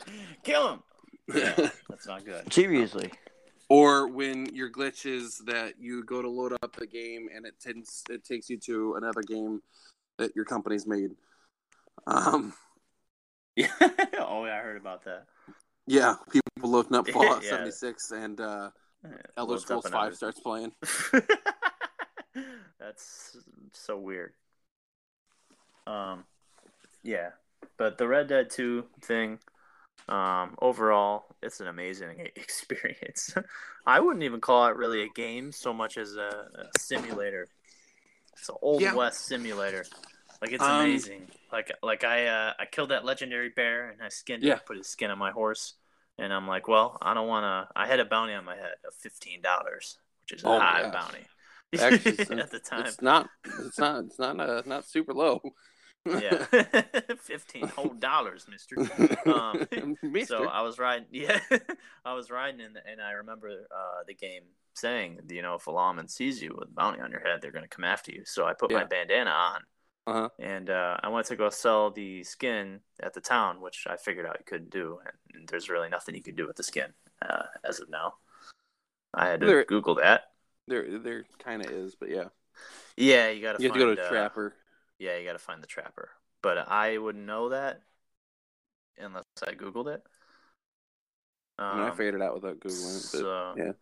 Kill him. Yeah, that's not good.
Seriously.
or when your glitch is that you go to load up the game and it tends it takes you to another game that your company's made. Um,
Yeah. oh, yeah, I heard about that.
yeah, people loading up Fallout
Yeah.
seventy six and uh, Elder
Loads up
Scrolls Five
another-
starts playing.
That's so weird. Um, yeah, but the Red Dead Two thing, um, overall, it's an amazing e- experience. I wouldn't even call it really a game so much as a, a simulator. It's an old
Yeah.
west simulator. Like it's
Um,
amazing. Like like I uh, I killed that legendary bear and I skinned
Yeah.
it, put his skin on my horse, and I'm like, well, I don't want to. I had a bounty on my head of fifteen dollars, which is
Oh
a
my
high
gosh.
bounty
Actually,
at the time.
It's not. It's not. It's not. Uh, not super low.
Yeah, fifteen whole dollars, Mister. Um,
Mister.
So I was riding. Yeah, I was riding, and, and I remember uh, the game saying, you know, if a lawman sees you with a bounty on your head, they're going to come after you. So I put my
Yeah.
bandana on,
Uh-huh.
and uh, I went to go sell the skin at the town, which I figured out you couldn't do, and there's really nothing you could do with the skin uh, as of now. I had to
There-
Google that.
there, there kind of is, but yeah,
Yeah, you got to.
you have to go
find,
to
uh,
Trapper.
yeah, you got to find the trapper. But I wouldn't know that unless I googled it.
I, mean, I
Um,
figured it out without googling it. But
so,
yeah.
yeah,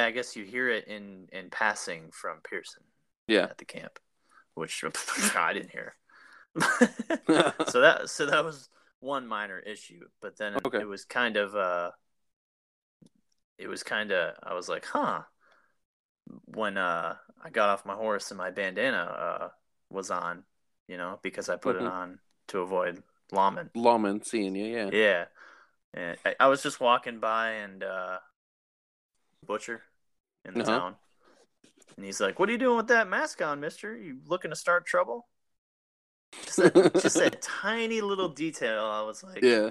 yeah, I guess you hear it in in passing from Pearson.
Yeah.
at the camp, which I didn't hear. so that so that was one minor issue, but then it-
Okay.
it was kind of uh, it was kind of I was like, huh, when uh I got off my horse and my bandana uh was on, you know, because I put
Mhm.
it on to avoid lawmen.
Lawman seeing you, yeah.
Yeah. And I, I was just walking by and uh butcher in the
Uh-huh.
town. And he's like, What are you doing with that mask on, mister? You looking to start trouble? Just that, just that tiny little detail. I was like,
yeah.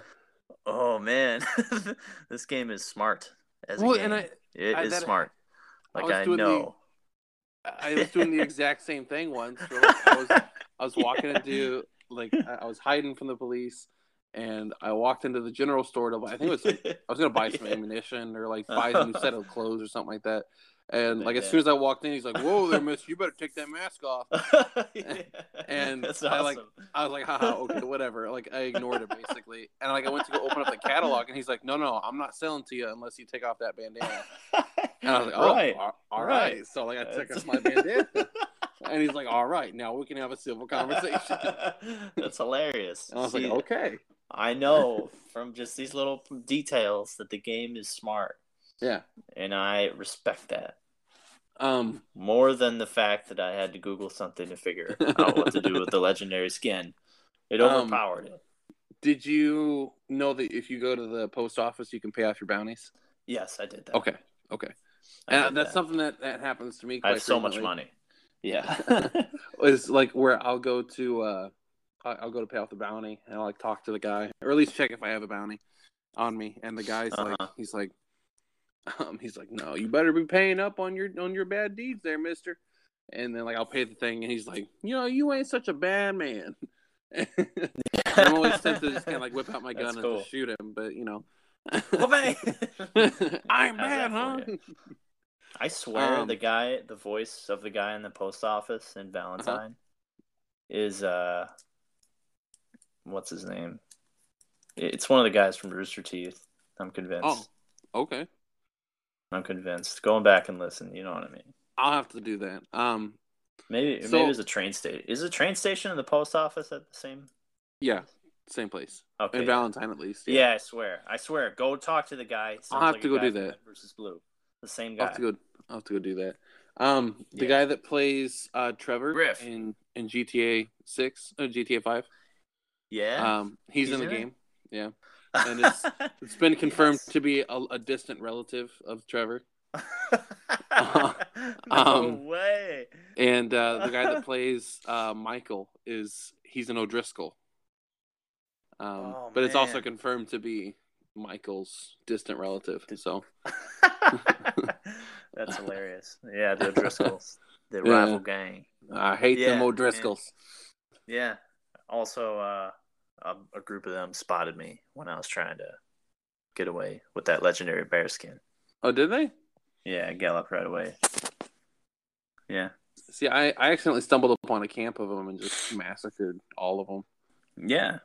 Oh man, this game is smart. As a
Well,
game.
and I-
It is
I- that-
smart.
I
Like
was
I,
doing the-
know.
I was doing the exact same thing once. where, like, I was I was walking
Yeah.
into like I I was hiding from the police, and I walked into the general store to buy. I think it was like I was gonna buy some
Yeah.
ammunition or like buy a new set of clothes or something like that. And like as
Yeah.
soon as I walked in, he's like, "Whoa there, miss! You better take that mask off." And
That's
I, like,
awesome.
I was like, haha, okay, whatever. Like I ignored it basically. And like I went to go open up the catalog and he's like, No, no, I'm not selling to you unless you take off that bandana. And I was like, Oh
Right.
all- all right.
right.
So like I took
That's-
off my bandana. and he's like, All right, now we can have a civil conversation. and
That's hilarious.
I was
See,
like, Okay.
I know from just these little details that the game is smart,
Yeah.
and I respect that
Um
more than the fact that I had to Google something to figure out what to do with the legendary skin. It
Um,
overpowered it.
did you know that if you go to the post office you can pay off your bounties?
Yes, I did that.
Okay. Okay.
I did
And that's
that.
something that, that happens to me. Quite
I have so much
frequently.
money. Yeah.
is like where I'll go to uh I- I'll go to pay off the bounty and I'll like talk to the guy or at least check if I have a bounty on me and the guy's like
Uh-huh.
he's like um he's like no you better be paying up on your on your bad deeds there mister and then like I'll pay the thing and he's like you know you ain't such a bad man And I'm always tempted to just kind of like whip out my gun
That's
and
cool.
just shoot him but you know
How's
I'm
that
bad
for
huh
you? I swear
Um, uh-huh.
the guy, the voice of the guy in the post office in Valentine is uh what's his name? It's one of the guys from Rooster Teeth. I'm convinced.
oh okay
I'm convinced. Going back and listen, you know what I mean.
I'll have to do that um
Maybe
So-
maybe it was a train station. Is a train station and the post office at the same
yeah same place
Okay.
in Valentine at least
yeah. I swear. I swear. Go talk to the guy. Sounds
I'll have
like
to
a
go
guy
do
from
that.
Red Versus Blue. The same
I'll
guy.
have to go. I'll have to go do that. Um, the
Yeah.
guy that plays uh, Trevor
Griff.
in in GTA Six, uh, GTA Five.
Yeah.
Um, he's,
He's
in the
in it?
game. Yeah, and it's- It's been confirmed to be a, a distant relative of Trevor,
no
Um,
way.
and uh, the guy that plays uh, Michael is he's an O'Driscoll. Um,
Oh,
but it's also
man.
confirmed to be Michael's distant relative. So
That's hilarious. Yeah, the O'Driscolls, the
Yeah.
rival gang.
I hate them
Yeah,
O'Driscolls.
Yeah. Also, uh, a, a group of them spotted me when I was trying to get away with that legendary bear skin.
Oh, did they?
Yeah, gallop right away. Yeah,
See, I, I accidentally stumbled upon a camp of them and just massacred all of them.
yeah.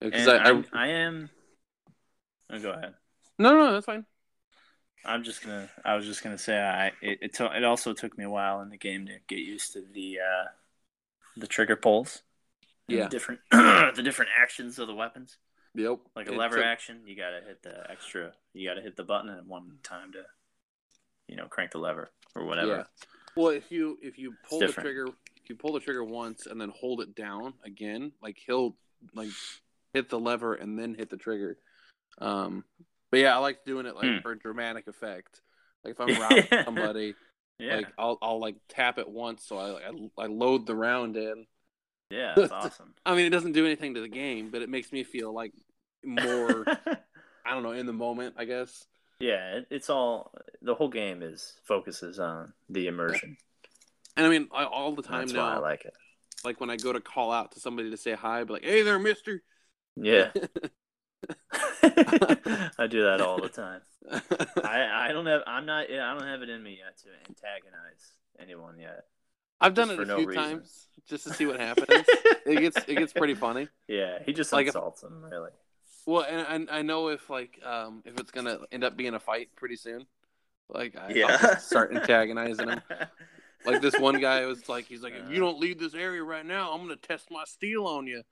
Because
And
I,
I,
I
I am. Oh, go ahead.
no no that's fine.
I'm just gonna. I was just gonna say. I it it, to, it also took me a while in the game to get used to the uh, the trigger pulls. and
Yeah.
The different the different actions of the weapons.
Yep.
Like a
It
lever
took-
action, you gotta hit the extra. You gotta hit the button at one time to, you know, crank the lever or whatever.
Well, if you if you pull the
different.
trigger, if you pull the trigger once and then hold it down again, like he'll like hit the lever and then hit the trigger. Um, but yeah, I like doing it like
Hmm.
for dramatic effect. Like if I'm robbing
Yeah.
somebody,
Yeah.
like I'll I'll like tap it once, so I like I, I load the round in.
yeah. That's awesome.
I mean, it doesn't do anything to the game, but it makes me feel like more. I don't know, in the moment, I guess.
yeah. It, it's all the whole game is focuses on the immersion.
And I mean, I, all the time
That's why I
now, like...
like it.
when I go to call out to somebody to say hi, but like, hey there, Mister.
Yeah. I do that all the time. I, I don't have I'm not yeah, I don't have it in me yet to antagonize anyone yet.
I've done
Just
it
for
a
no
few
reason.
times just to see what happens. it gets it gets pretty funny.
Yeah, he just
Like if-
insults him really.
Well, and, and I know if like um if it's gonna end up being a fight pretty soon, like I,
Yeah.
I'll just start antagonizing him. Like this one guy was like, he's like, if you don't leave this area right now, I'm gonna test my steel on you.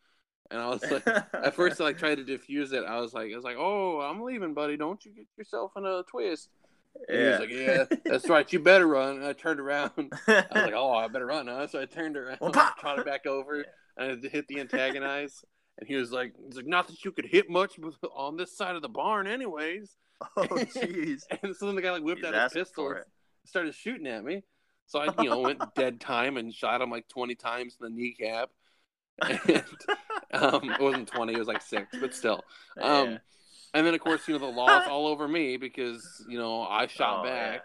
And I was
Uh.
like, at first I like tried to diffuse it. I was like, I was like, oh, I'm leaving, buddy. Don't you get yourself in a twist. And he was like, yeah, that's right. You better run. And I turned around. I was like, oh, I better run, huh? So I turned around,
Well, pop!
trotted back over,
Yeah.
and I hit the antagonize. and he was like, he's like, not that you could hit much on this side of the barn, anyways.
Oh jeez.
And so then the guy like whipped
He's
out his
asking
pistol,
for
and
it.
started shooting at me. So I, you know, went dead time and shot him like twenty times in the kneecap. And um, it wasn't twenty; it was like six, but still. Um,
Yeah.
And then, of course, you know, the law's all over me because, you know, I shot
Oh,
back.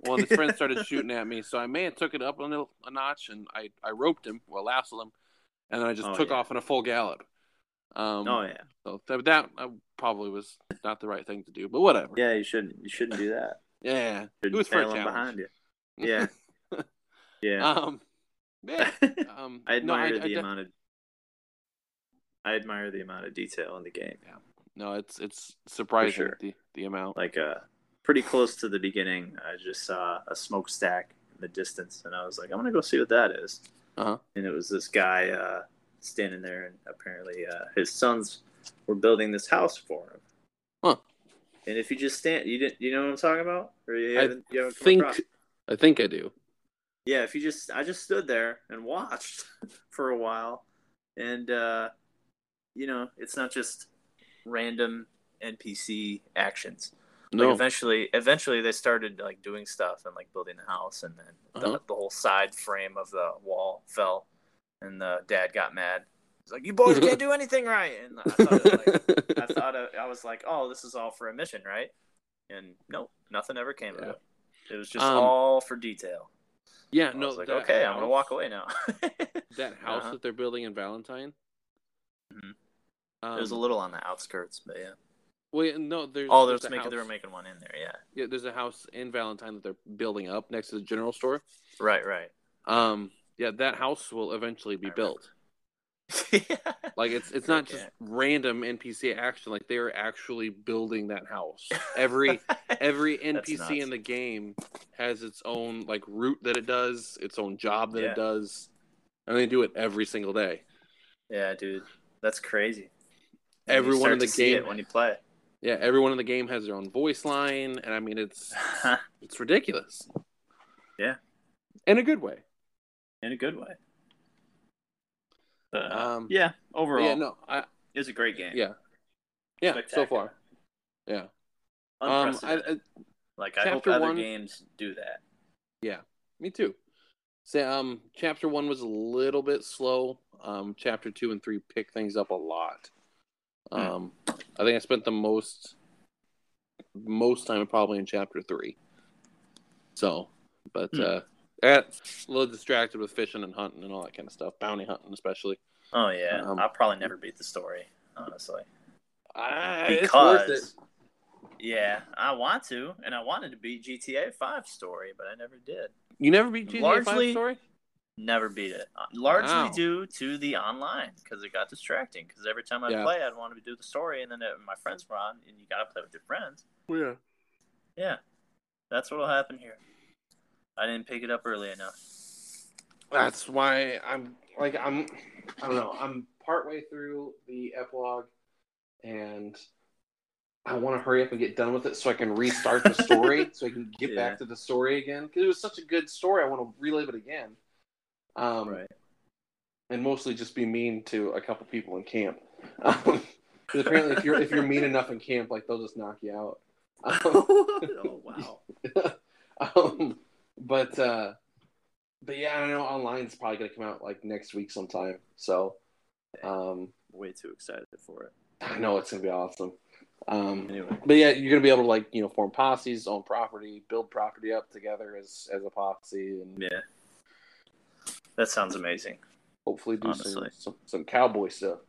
Well, his friend started shooting at me. So I may have took it up a, little, a notch and I, I roped him, well, lassled him. And then I just
Oh,
took
yeah.
off in a full gallop. Um,
Oh yeah.
So that, that uh, probably was not the right thing to do, but whatever.
Yeah, you shouldn't you shouldn't do that.
Yeah.
Shouldn't
was for a
tail him behind
challenge.
you. Yeah. yeah.
Um, yeah. Um,
I
no,
admire
I- I
the
de-
amount of I admire the amount of detail in the game.
No, it's, it's surprising
sure.
the, the amount.
Like uh pretty close to the beginning, I just saw a smokestack in the distance and I was like, I'm gonna go see what that is.
Uh-huh.
And it was this guy uh standing there and apparently uh his sons were building this house for him.
Huh.
And if you just stand you didn't you know what I'm talking about? Or you
I
haven't, you haven't come
think,
across-
I think I do.
yeah if you just i just stood there and watched for a while and uh you know it's not just random npc actions
No.
like eventually eventually they started like doing stuff and like building the house and then
Uh-huh.
the, the whole side frame of the wall fell and the dad got mad he's like you boys can't do anything right and i thought, it, like, I, thought it, I was like oh this is all for a mission right and no nothing ever came
Yeah.
of it it was just
Um,
all for detail
yeah,
I
no.
was like,
that
okay, I'm gonna
house-
walk away now.
that house
Uh-huh.
that they're building in Valentine.
Mhm.
Um,
There's a little on the outskirts, but yeah.
Wait, no, there's.
Oh, there's
a
making
house,
they're making one in there, yeah.
Yeah, there's a house in Valentine that they're building up next to the general store.
Right, right.
Um, yeah, that house will eventually be
I remember.
built. Like it's it's not just random NPC action. Like they are actually building that house. Every every
That's
NPC in
nuts.
the game has its own like route that it does, its own job that
Yeah.
it does, and they do it every single day.
yeah, dude, that's crazy. And you
Everyone
start
in the
to see it
game-
when you play.
Yeah, everyone in the game has their own voice line, and I mean it's it's ridiculous.
Yeah.
In a good way.
in a good way. But, uh,
Um,
yeah,
But
overall,
yeah, no, I
it was a great game.
yeah, yeah. So
Spectacular.
far, yeah. Um, I,
Unprecedented.
I,
like I hope
chapter
other
one-
games do that.
me too. Say, um, chapter one was a little bit slow. Um, chapter two and three pick things up a lot.
Hmm.
Um, I think I spent the most most time probably in chapter three. So, but
Hmm.
uh, I got a little distracted with fishing and hunting and all that kind of stuff, bounty hunting especially.
Oh yeah,
Um,
I'll probably never beat the story, honestly.
I,
because
it's worth
Yeah, I want to, and I wanted to beat GTA Five story, but I never did.
You never beat GTA Five
Largely-
story.
Never beat it, Uh, largely
Wow.
due to the online because it got distracting. Because every time I
Yeah.
play, I'd want to do the story, and then uh, my friends were on, and you got to play with your friends.
Yeah.
Yeah, that's what'll happen here. I didn't pick it up early enough.
That's why I'm like I'm I don't know, I'm partway through the epilogue and I want to hurry up and get done with it so I can restart the story so I can get
Yeah.
back to the story again cuz it was such a good story I want to relive it again. Um
Right.
and mostly just be mean to a couple people in camp. Um, 'cause apparently if you're if you're mean enough in camp like they'll just knock you out. Um,
oh wow!
um, but uh, but yeah, I don't know. Online's probably gonna come out like next week sometime. So um,
Way too excited for it.
I know it's gonna be awesome. Um,
Anyway,
but yeah, you're gonna be able to like you know form posses, own property, build property up together as as a posse, and
yeah, that sounds amazing.
hopefully do some,
Honestly.
some some cowboy stuff.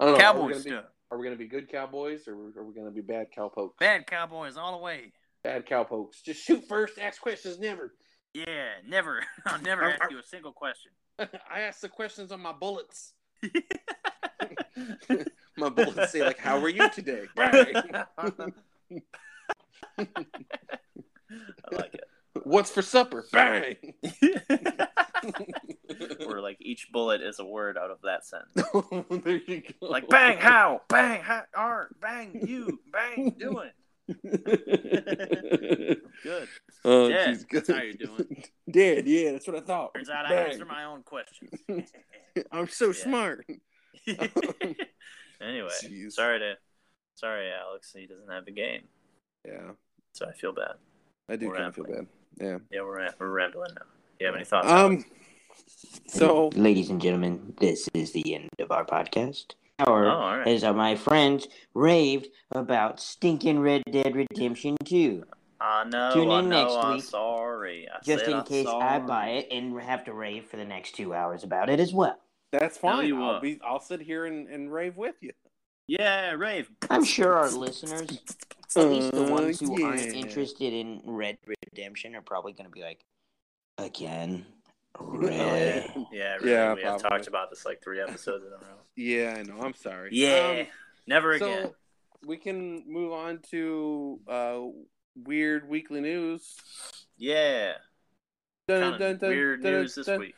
I don't know. Are we,
Cowboys,
gonna be,
yeah.
are we gonna be good cowboys or are we gonna be bad cowpokes?
bad Cowboys all the way.
Bad cowpokes. Just shoot first, ask questions never.
Yeah, never. I'll never
Are-
ask
are-
you a single question.
I ask the questions on my bullets. my bullets say like, "How are you today?"
I like
What's for supper? Bang.
it. Where like each bullet is a word out of that sentence.
there you go.
Like bang how, bang how, art, bang you, bang doing. Good.
oh,
Dad,
geez, good.
that's how you're doing.
Dad, yeah, that's what I thought.
Turns out I
Bang.
answer my own questions.
I'm so
Yeah.
smart.
anyway,
Jeez.
sorry to, sorry Alex, he doesn't have the game,
Yeah,
so I feel bad.
I do
We're
kind of feel bad. Yeah.
Yeah, we're ram- we're rambling now. You have any thoughts?
Um. So
ladies and gentlemen, this is the end of our podcast.
oh,
Our
all right.
as uh, my friends raved about stinking Red Dead Redemption 2.
I know.
Tune
I
in
know,
next
I'm
week,
sorry. I
Just
said
in
I'm
case I
sorry.
buy it and have to rave for the next two hours about it as well.
that's
No,
fine.
you
I'll
won't.
be. I'll sit here and, and rave with you.
Yeah, rave.
I'm sure our listeners, at least the
Oh,
Uh,
ones who
yeah.
aren't interested in Red Redemption, are probably going to be like, again,
Oh,
really?
Yeah, really,
Yeah,
we have
probably.
talked about this like three episodes in a row.
Yeah, I know. I'm sorry.
Yeah,
Um,
never
so
again.
we can move on to uh, weird weekly news.
Yeah,
Dun,
kinda
dun, dun,
weird
dun,
news this
dun,
week.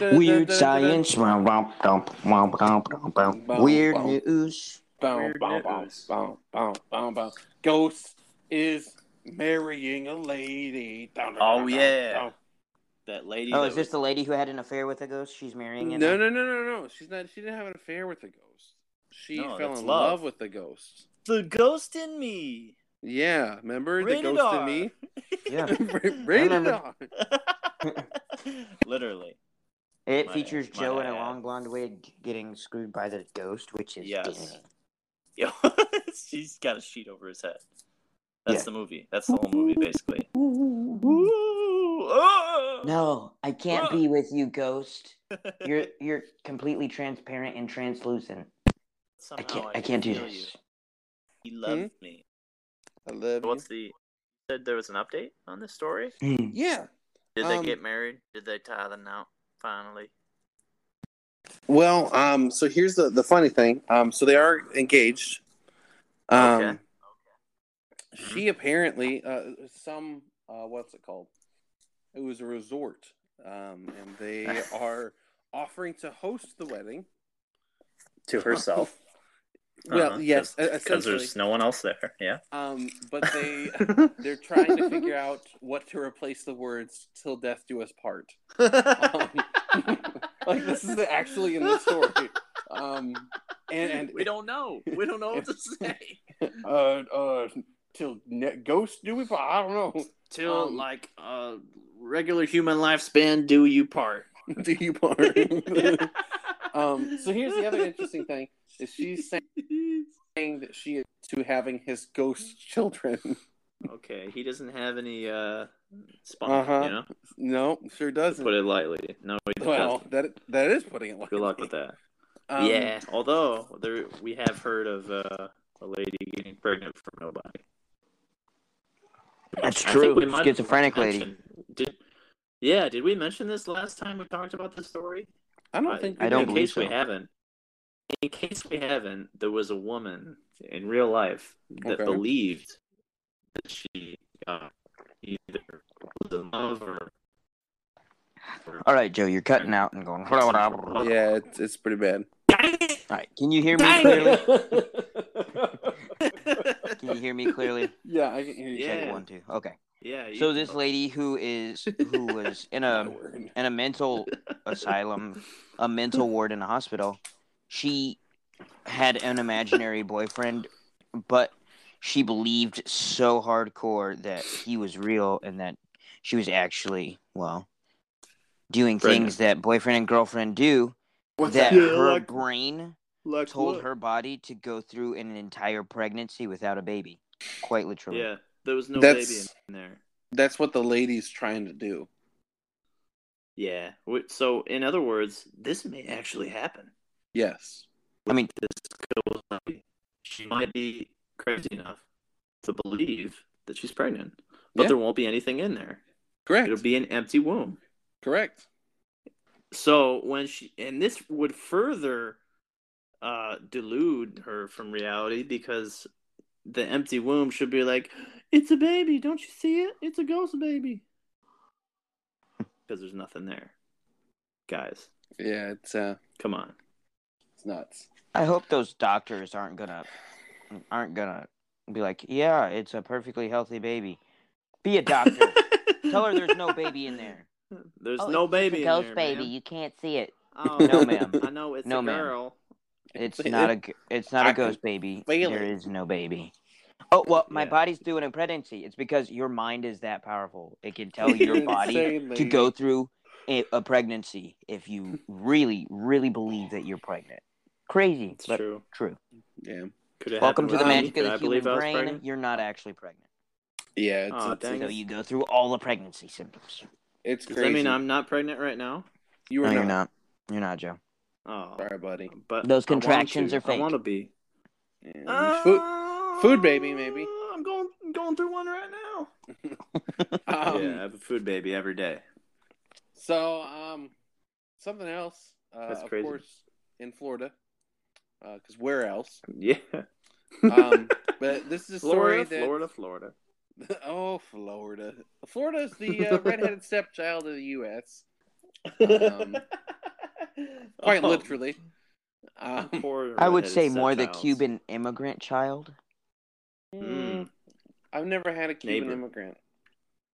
dun, dun,
Weird
dun,
science. womp, womp, womp, womp, womp, womp, womp. Weird
Womp,
news.
Bow,
Weird
bow, bow,
news.
bow, bow, bow, bow. Ghost is marrying a lady. Dun, dun,
Oh,
dun, dun,
yeah.
dun.
That lady.
Oh,
that
is this
was-
the lady who had an affair with a ghost? She's marrying it.
No,
now?
no, no, no, no. She's not. She didn't have an affair with the ghost. She
No,
fell
that's
in
love.
love with the ghost.
the ghost in me?
Yeah, remember
Rated
the ghost
R.
in me?
Yeah.
Rated
remember.
R.
Literally.
It
Might
features
add-
Joe in
might
a
add.
long blonde wig getting screwed by the ghost, which is
Yes.
Disney.
Yo, she's got a sheet over his head. That's
Yeah.
the movie. That's the whole movie, basically. Ooh, oh!
No, I can't
Ah.
be with you, ghost. You're you're completely transparent and translucent. I
Somehow
can't I can't do
feel
this.
You. He loved
Hmm?
me.
I love you.
What's the? you Said there was an update on this story.
Hmm.
Yeah.
Did
Um,
they get married? Did they tie the knot finally?
Well, um, so here's the the funny thing. Um, so they are engaged. Um,
Okay.
She apparently uh, some uh, what's it called? It was a resort, um, and they are offering to host the wedding.
To
well,
Uh-huh.
yes, e-
because
essentially.
there's no one else there. Yeah.
Um, but they they're trying to figure out what to replace the words "till death do us part." Um, like this is actually in the story. Um, and, and
we don't know. We don't know what to say.
uh, uh, till ne- ghost do we? I don't know.
Till
Um,
like uh, regular human lifespan, do you part?
do you part? um, so here's the other interesting thing: is she's saying, saying that she is to having his ghost children.
Okay, he doesn't have any uh spunk,
Uh-huh.
you know.
no, sure
To
doesn't.
put it lightly. No, he
well,
doesn't.
that that is putting it.
Good luck
lightly.
with that.
Um,
yeah. Although there, we have heard of uh, a lady getting pregnant from nobody.
That's
I
true.
think we might have
Schizophrenic lady.
mentioned- Did, yeah, did we mention this last time we talked about the story?
I don't think
I don't
In
believe
case we
so.
haven't, in case we haven't, there was a woman in real life that
Okay.
believed that she uh, either was in love or. or-
All right, Joe, you're cutting out and going. All
Yeah, it's, it's pretty bad.
right, can you hear me
Dang
clearly?
it.
Can you hear me clearly?
Yeah, I can hear you.
Check
Yeah.
one, two. Okay.
yeah. you-
So this lady who is who was in a in a mental asylum, a mental ward in a hospital, she had an imaginary boyfriend, but she believed so hardcore that he was real and that she was actually, well, doing
Pregnant.
things that boyfriend and girlfriend do
What
that
the-
her
like-
brain
like
told
what?
her body to go through an entire pregnancy without a baby. Quite literally.
Yeah, there was no
That's-
baby in there.
That's what the lady's trying to do.
Yeah. wh- So, in other words, this may actually happen.
Yes.
I mean,
goes on, she might be crazy enough to believe that she's pregnant, but
Yeah.
there won't be anything in there.
Correct.
It'll be an empty womb.
Correct.
So when she and this would further uh delude her from reality because the empty womb should be like, it's a baby, don't you see it? It's a ghost baby. Because there's nothing there. Guys,
Yeah, it's uh,
come on.
it's nuts.
I hope those doctors aren't gonna aren't gonna be like, yeah, it's a perfectly healthy baby. Be a doctor. Tell her there's no baby in there.
There's
Oh,
no baby in there. ma'am.
You can't see it.
Oh,
No, ma'am.
I know it's
No,
a
ma'am.
girl.
It's not a g- it's not
I
a
can
ghost baby.
feel
There
it.
is no baby. Oh well, my
Yeah.
body's doing a pregnancy. It's because your mind is that powerful. It can tell your
You're
body
insane,
to
lady.
go through a, a pregnancy if you really, really believe that you're pregnant. Crazy,
It's
but true.
true.
Yeah,
Could it
Welcome
happen
to the
with me?
magic
Could
of the
I
human
believe I was
brain.
pregnant?
You're not actually pregnant.
yeah. It's,
Aw,
it's,
dang.
So
Yes.
you go through all the pregnancy symptoms.
it's
Does
crazy.
that mean I'm not pregnant right now?
You
No,
were
you're
not.
not. You're not, Joe.
Oh,
Sorry, buddy.
but
Those
I want
contractions
to.
are fake.
I want to be. Uh,
Yeah, food- food baby, maybe.
I'm going I'm going through one right now.
um,
yeah, I have a food baby every day.
So, um, something else. Uh,
That's
of
crazy.
course, in Florida, because where else?
Yeah.
Um, but this is a
Florida,
story that.
Florida, Florida.
Oh, Florida. Florida's the uh, redheaded stepchild of the U.S. Um, Quite
Oh,
literally. Um,
poor
I would
redheaded
say more the
stepchilds.
Cuban immigrant child.
Mm.
I've never had a Cuban
Neighbor.
immigrant.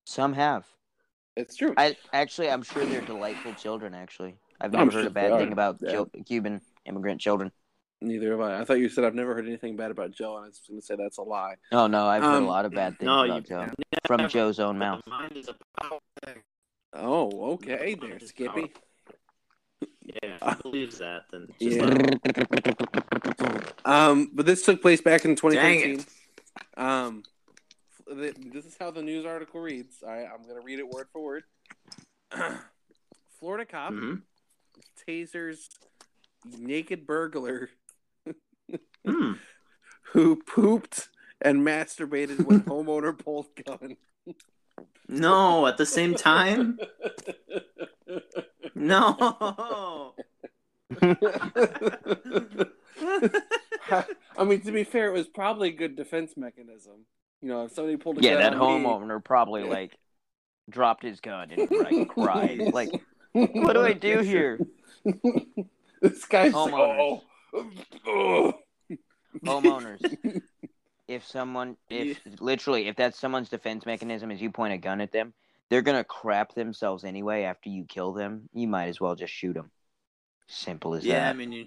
Some have.
It's true.
I actually, I'm sure they're delightful children. Actually, I've
I'm
never heard
sure
a bad
they
thing
are.
about
Yeah.
Cu- Cuban immigrant children.
Neither have I. I thought you said I've never heard anything bad about Joe, and I was going to say that's a lie.
Oh no, I've heard
Um,
a lot of bad things
no, you-
about Joe from Joe's own mouth.
Mine is a power thing.
Oh, okay, there, Skippy.
Yeah, if he believes that, then just
Yeah.
let him.
Um, but this took place back in
Dang
2013. Um, th- this is how the news article reads. I, I'm going to read it word for word. Florida cop
Mhm.
tasers naked burglar
Mm.
who pooped and masturbated when homeowner pulled gun.
No, at the same time? No.
I mean, to be fair, it was probably a good defense mechanism. You know, if somebody pulled a
Yeah,
gun
that
on me-
homeowner probably like dropped his gun and like, cried. Like, what do I
I?
do here?
This guy's like,
Homeowners.
oh, oh.
homeowners if someone if literally if that's someone's defense mechanism is you point a gun at them they're gonna crap themselves anyway after you kill them you might as well just shoot them simple as
yeah, I
that
mean, you,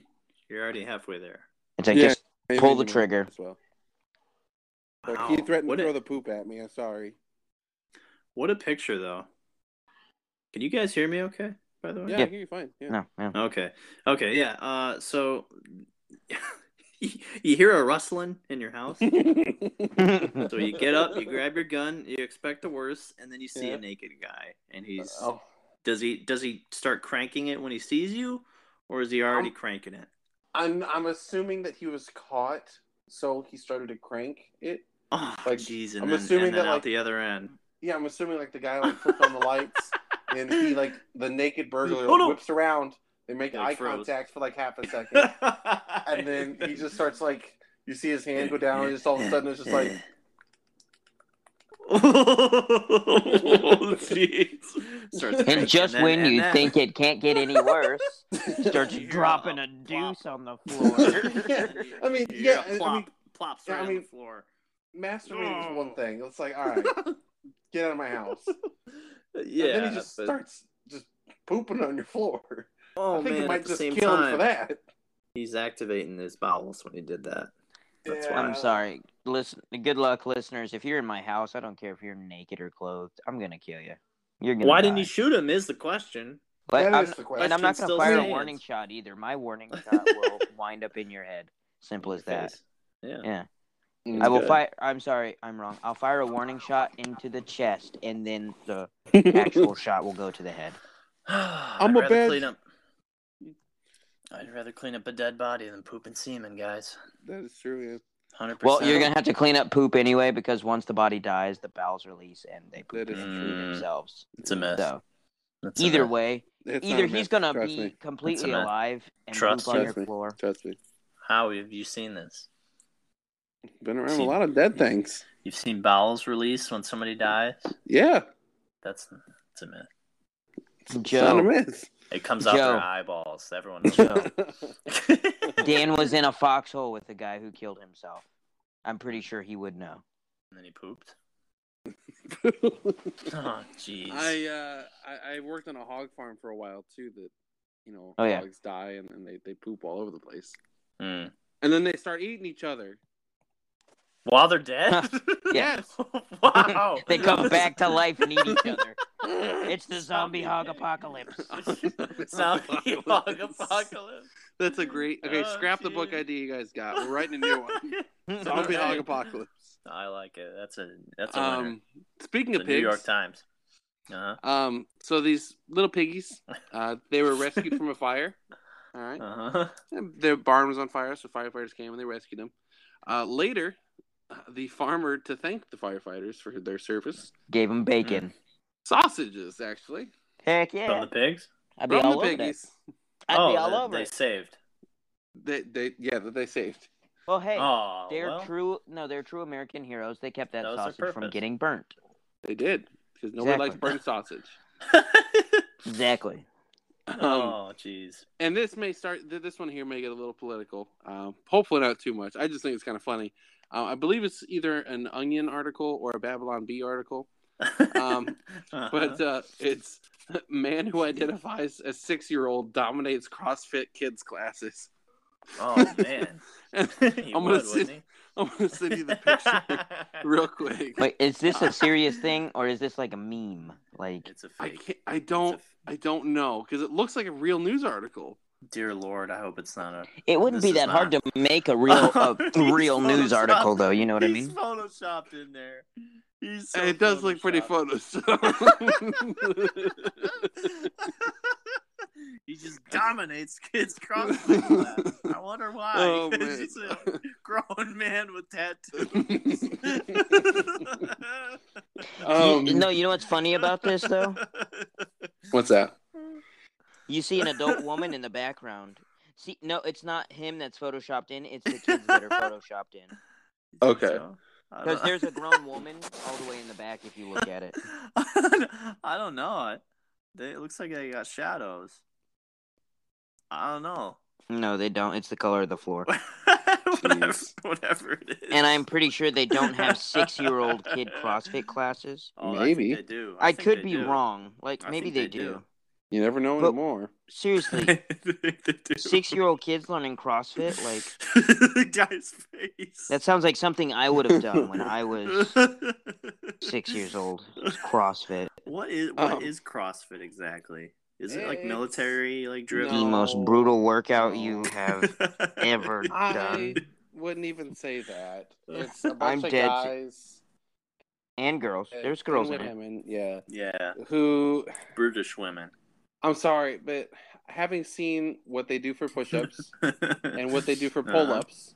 you're already halfway there.
it's like
Yeah.
just
Maybe
pull the
even
trigger.
as well. But
Wow.
He threatened
what,
to throw
a,
the poop at me. I'm sorry.
what a picture, though. Can you guys hear me okay, by the way?
Yeah,
Yeah.
I hear you fine. Yeah.
no no
Okay. Okay, yeah. Uh, so, you hear a rustling in your house? So you get up, you grab your gun, you expect the worst, and then you see
Yeah.
a naked guy, and he's
Oh,
does he does he start cranking it when he sees you, or is he already
Um,
cranking it?
I'm I'm assuming that he was caught, so he started to crank it.
Oh,
Like,
jeez, and
I'm
then,
assuming
and then
that,
out
like-
the other end.
Yeah, I'm assuming like the guy like flipped on the lights and he like the naked burglar
Oh, no.
whips around. They make
Like,
eye
froze.
contact for like half a second,
and
and then he just starts like you see his hand go down, and just all of a sudden it's just like
oh, jeez. Starts
And
pitching,
And just
then-
when
and
you
then-
think it can't get any worse, starts
You're
dropping
a
a deuce on the floor.
Yeah, I mean,
You're
yeah,
a
I mean-
plop, plops
yeah,
right
I
on the
mean-
floor.
masturbating
No.
is one thing. It's like all right, get out of my house.
Yeah,
and then he just
but-
starts just pooping on your floor.
oh
I think
man,
you
at
might
the
just
same
kill
time,
him for that.
he's activating his bowels when he did that. That's why.
I'm sorry. Listen, good luck, listeners. If you're in my house, I don't care if you're naked or clothed. I'm gonna kill you. You're gonna.
Why didn't
die.
you shoot him? Is the question.
But
That
I'm-
is the question.
and I'm not gonna
Question still
fire a
stands.
warning shot either. My warning shot will wind up in your head. Simple as that.
Yeah.
Yeah.
Mm.
I will
Good.
fire. I'm sorry, I'm wrong. I'll fire a warning shot into the chest, and then the actual shot will go to the head.
I'm
a bad-
Clean up, I'd rather clean up a dead body than poop and semen, guys.
That is true. Yeah.
Hundred
Well,
percent.
you're gonna have to clean up poop anyway because once the body dies, the bowels release and they poop
That is
into
true.
themselves.
It's a mess.
So
It's a
either
mess.
way,
It's not
either
a myth.
he's gonna
Trust
be
me.
completely
myth.
alive and
Trust
poop on
me.
your floor.
Trust me.
how have you seen this?
Been around
See-
a lot of dead things.
You've seen bowels released when somebody dies.
Yeah,
That's it's a myth.
it's
Joe.
not a myth.
It comes out
Joe.
their eyeballs. Everyone knows.
Joe.
and
Dan was in a foxhole with the guy who killed himself. I'm pretty sure he would know.
then he pooped. Oh, jeez.
I, uh, I I worked on a hog farm for a while too. That you know
Oh, yeah.
hogs die and, and they they poop all over the place,
Mm.
and then they start eating each other.
While they're dead.
Yeah.
wow.
They come back to life and eat each other.
That's
It's the zombie hog apocalypse.
Zombie hog apocalypse.
a great. Okay,
Oh,
scrap the book
jeez.
idea you guys got. We're writing a new one. Zombie hog apocalypse.
I like it. That's a that's a winner.
Um, speaking
The
of
New
pigs,
York Times. Uh-huh.
um, so these little piggies, uh, they were rescued from a fire. All right.
Uh-huh.
Their barn was on fire, so firefighters came and they rescued them. Uh, later, uh, the farmer, to thank the firefighters for their service,
Gave him bacon.
sausages actually
Heck
Mm. From
yeah!
the pigs?
I'd be
from
all
the
over that.
piggies.
I'd
oh,
be all
they,
over
they
it.
saved.
They, they, yeah, that they saved.
Well, hey,
oh,
they're
well,
true. No, they're true American heroes. They kept that,
That was their
sausage from
purpose.
getting burnt.
They did because nobody
Exactly.
likes burnt sausage.
Exactly.
Um,
oh, jeez.
and this may start th- this one here may get a little political um, hopefully not too much i just think it's kind of funny uh, i believe it's either an onion article or a babylon b article Um,
Uh-huh.
but uh, it's man who identifies as six year old dominates crossfit kids classes
oh man,
and
He
uh, I'm gonna
would,
sit-
wouldn't he?
i'm gonna send you the picture real quick
Wait, is this a serious thing or is this like a meme? Like,
It's a
i
fake.
can't i don't i don't know because it looks like a real news article
Dear Lord, I hope it's not a.
it wouldn't
This
be
is
that hard to
not-
make a real a
He's
real news
photoshopped.
article though. You know what I
He's
mean?
photoshopped in there. He's so
And it does look pretty
photoshopped.
photoshopped
he just dominates kids crossfit class. I wonder why. uh,
Oh,
'cause
man.
He's a grown man with tattoos.
um,
You- no, you know what's funny about this though?
what's that
You see an adult woman in the background. See, no, it's not him that's photoshopped in. It's the kids that are photoshopped in.
Okay.
Because there's a grown woman all the way in the back if you look at it.
I don't know. I- They, it looks like they got shadows. I don't know.
No, they don't. It's the color of the floor.
whatever,
Jeez.
whatever it is.
And I'm pretty sure they don't have six year old kid CrossFit classes.
Oh, I
Maybe.
think they do.
I,
think
could
they
be
do.
wrong. Like
I
maybe
think
they,
they
do.
do.
You never know
But-
anymore.
Seriously,
I think they do.
six year old kids learning CrossFit, like
the guy's face.
that sounds like something I would have done when I was six years old. CrossFit,
What is what
Um,
is CrossFit exactly? Is it like
it's-
military
the
like drill?
No.
most brutal workout you
No.
have ever
I
done.
wouldn't even say that. It's a
I'm
bunch of
dead.
guys.
And girls,
and-
there's girls
and
in it.
women, yeah.
Yeah,
Who
brutish women.
I'm sorry,
Uh, Uh-huh.
but having seen what they do for push-ups and what they do for pull-ups,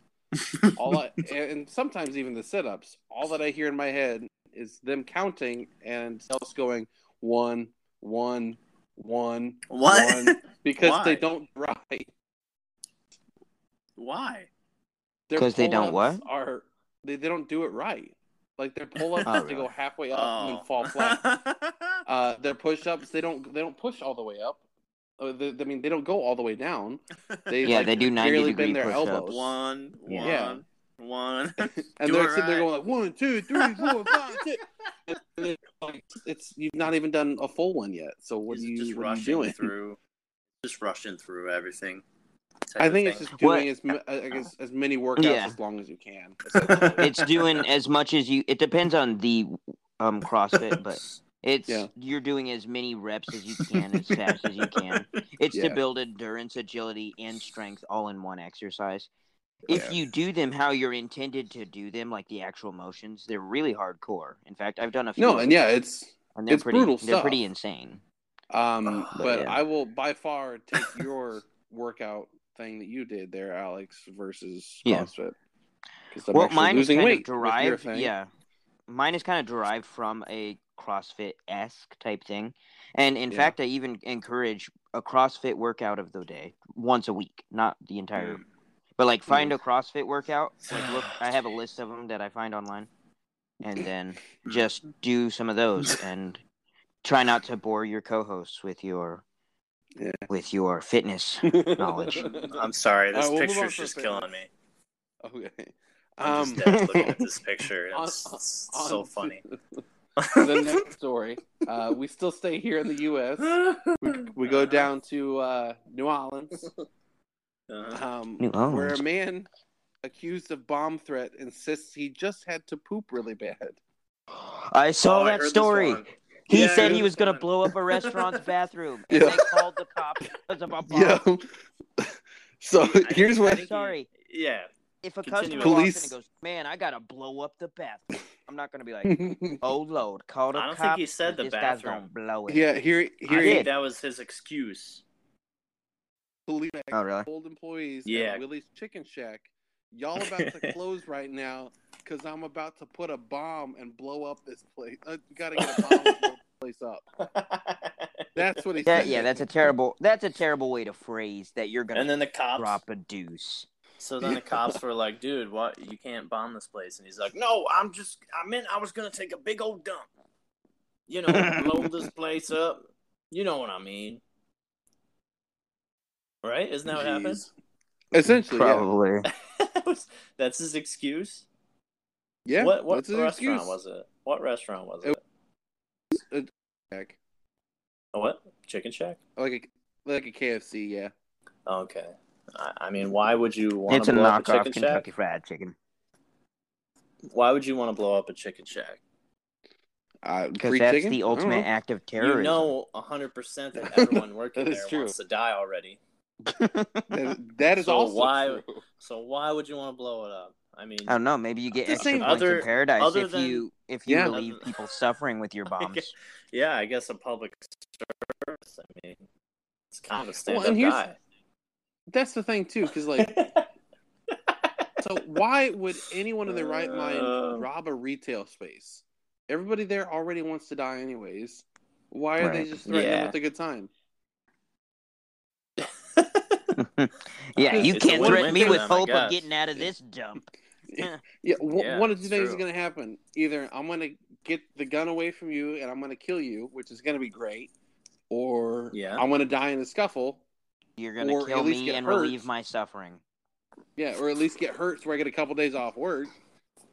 all I, and sometimes even the sit-ups all that i hear in my head is them counting and else going one one one
What?
one, because they
Why?
don't right
Why?
Their
'Cause they don't
pull-ups
what?
are they, they don't do it right like their pull-ups
Oh,
they
really?
go halfway up and
Oh.
then fall flat uh, their push-ups they don't they don't push all the way up Uh, they- i mean they don't go all the way down they
Yeah,
like,
they do 90
barely
degree
bend their
push-ups.
elbows
one, one,
Yeah.
one.
and
Do
they're
it
sitting there
right.
going like one, two, three, four, five, six. And they're like, It's you've not even done a full one yet. So what
It's
are you,
just
what are you
rushing
doing?
through? Just rushing through everything. type
I
of
think it's
thing.
just
What-
doing as mu- I guess as many workouts
Yeah.
as long as you can.
it's doing as much as you. It depends on the um CrossFit, but it's
Yeah.
you're doing as many reps as you can as fast as you can. It's
Yeah.
to build endurance, agility, and strength all in one exercise. If
Yeah.
you do them how you're intended to do them, like the actual motions, they're really hardcore. In fact, I've done a few.
No, and yeah, it's
and they're
it's
pretty.
brutal
they're pretty
stuff.
insane.
um,
But
but,
Oh, yeah.
I will by far take your workout thing that you did there, Alex, versus
Yeah.
CrossFit. Because I'm
well,
actually
mine is
losing
kind
weight
of
with your
derived.
thing.
Yeah, mine is kind of derived from a CrossFit esque type thing, and in
Yeah.
fact, I even encourage a CrossFit workout of the day once a week, not the entire.
Mm.
But like, find a CrossFit workout. Like, look, I have a list of them that I find online, and then
Mm.
just do some of those and try not to bore your co-hosts with your
Yeah.
with your fitness. Knowledge.
I'm sorry, this
Alright, we'll move on
picture's
for
just
fitness.
killing me.
okay.
I'm
Um,
just dead looking at this picture.
on-
It's, it's
on
so
to
funny.
the next story. Uh, we still stay here in the U.S. We, we go down to uh, New Orleans,
Uh-huh. Uh,
um,
New Orleans.
where a man accused of bomb threat insists he just had to poop really bad.
I saw
oh,
that
I heard this
story.
one.
He
Yeah, I
said
heard
he was
this
going to
one.
blow up a restaurant's bathroom, and
Yeah.
they called the cops because of a bomb.
so
I think-
here's
I
what
think he-
Sorry.
Yeah.
If a
Continue.
customer
Police-
walks in and goes, "Man, I got to blow up the bathroom," I'm not going to be like, "Oh Lord, call the
I don't
cops."
think he said
'cause
the
this
bathroom.
guy's going to blow it.
yeah, here
I
here
think
did.
that was his excuse.
police
Oh really?
told employees
Yeah.
at Willie's Chicken Shack, y'all about to close right now because I'm about to put a bomb and blow up this place. Uh, you gotta get a bomb and blow this place up. That's what he
Yeah,
said.
yeah. That's a terrible. That's a terrible way to pase that you're going
and
to
then the cops.
drop a deuce.
So then the cops were like, "Dude, what? You can't bomb this place." And he's like, "No, I'm just. I meant I was gonna take a big old dump. You know, blow this place up. You know what I mean, right? Isn't that what happened?
Essentially, yeah.
That was- That's his excuse.
yeah.
what what
that's his
restaurant
excuse.
was it? What restaurant was it?
It- Shack.
A what? Chicken Shack?
Like a like a KFC, yeah.
Okay. I, I mean, why would you want
It's
to
a
blow up a
knockoff
Chicken
Kentucky
Shack?
Fried Chicken
Why would you want to blow up a Chicken Shack?
Uh,
because
free
that's
chicken?
the
I don't
ultimate
know.
act of terrorism.
You know, hundred percent that everyone working
That is
there
true.
wants to die already.
That, that is
So
also
why-
true.
So why would you want to blow it up? I mean,
I don't know. Maybe you get
the
extra
same-
points
Other-
in paradise
other
if
than-
you if you
Yeah.
relieve people suffering with your bombs.
yeah, I guess a public service. I mean, it's kind of a
Well,
stand-up
and here's-
guy.
That's the thing too, because like, so why would anyone in their right
Uh.
mind rob a retail space? Everybody there already wants to die anyways. Why are
Right.
they just threatening
Yeah.
them with a good time?
yeah, you
It's a
can't
win-win
threaten me
for
with
them, I
hope of
guess.
getting out of this dump.
Yeah, w-
Yeah,
one of two
it's
things is
true.
going to happen. Either I'm going to get the gun away from you and I'm going to kill you, which is going to be great, or
Yeah.
I'm going to die in a scuffle.
You're gonna
Or
kill
at least
me
get
and
hurt.
relieve my suffering.
Yeah, or at least get hurt so I get a couple days off work.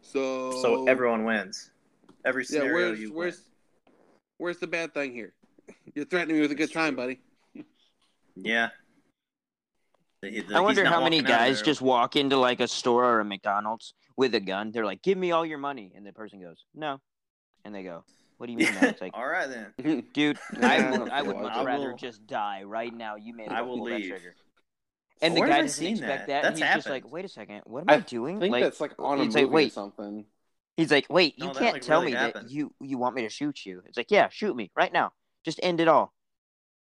So
so everyone wins. Every
yeah,
scenario
where's
you
where's where's the bad thing here? You're threatening me with a good
That's
time,
true.
buddy.
yeah. He-
I
he's
wonder
not
how many
walking out of
guys
there.
just walk into like a store or a McDonald's with a gun. They're like, "Give me all your money," and the person goes, "No," and they go, "What do you mean?" no?" It's like,
All right then.
dude,
Yeah,
I
I
would,
don't
I would
feel
much
like
it. I
rather
will-
just die right now. You made me
I will
pull
leave.
that trigger. And the
Where
guy
have I
doesn't
seen
expect
that?
that.
That's
and he's just
happened.
like, "Wait a second, what am
I
I doing?"
I think
like,
that's like on a
it's
movie
like,
or
wait.
something.
He's like, wait,
No,
you
that,
can't
like,
tell
really
me
happened.
that you you want me to shoot you. It's like, yeah, shoot me right now. Just end it all.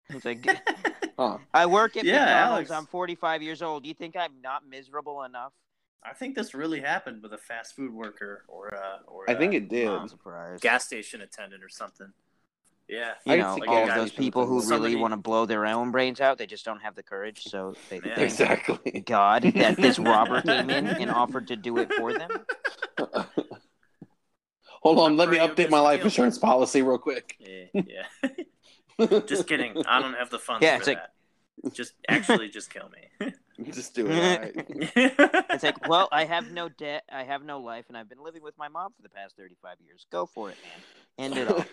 It's like,
Huh.
I work at
Yeah,
McDonald's.
Alex.
I'm 45 years old. You think I'm not miserable enough?
I think this really happened with a fast food worker or uh, or
I think
a
it did.
I'm surprised.
gas station attendant or something. Yeah,
I
You
could
know,
see
all
gas
those
stations
people who
and-
really
Somebody-
want to blow their own brains out, they just don't have the courage. So they
Yeah.
thank
Exactly.
God that this robber came in and offered to do it for them.
Hold on, let me
Pretty
update my life
obvious
insurance policy real quick.
yeah, yeah. just kidding. I don't have the funds
Yeah,
for
it's like-
that. Just actually, just kill me.
Just do it. all right.
It's like, well, I have no debt, I have no life, and I've been living with my mom for the past 35 years. Go for it, man. End it all.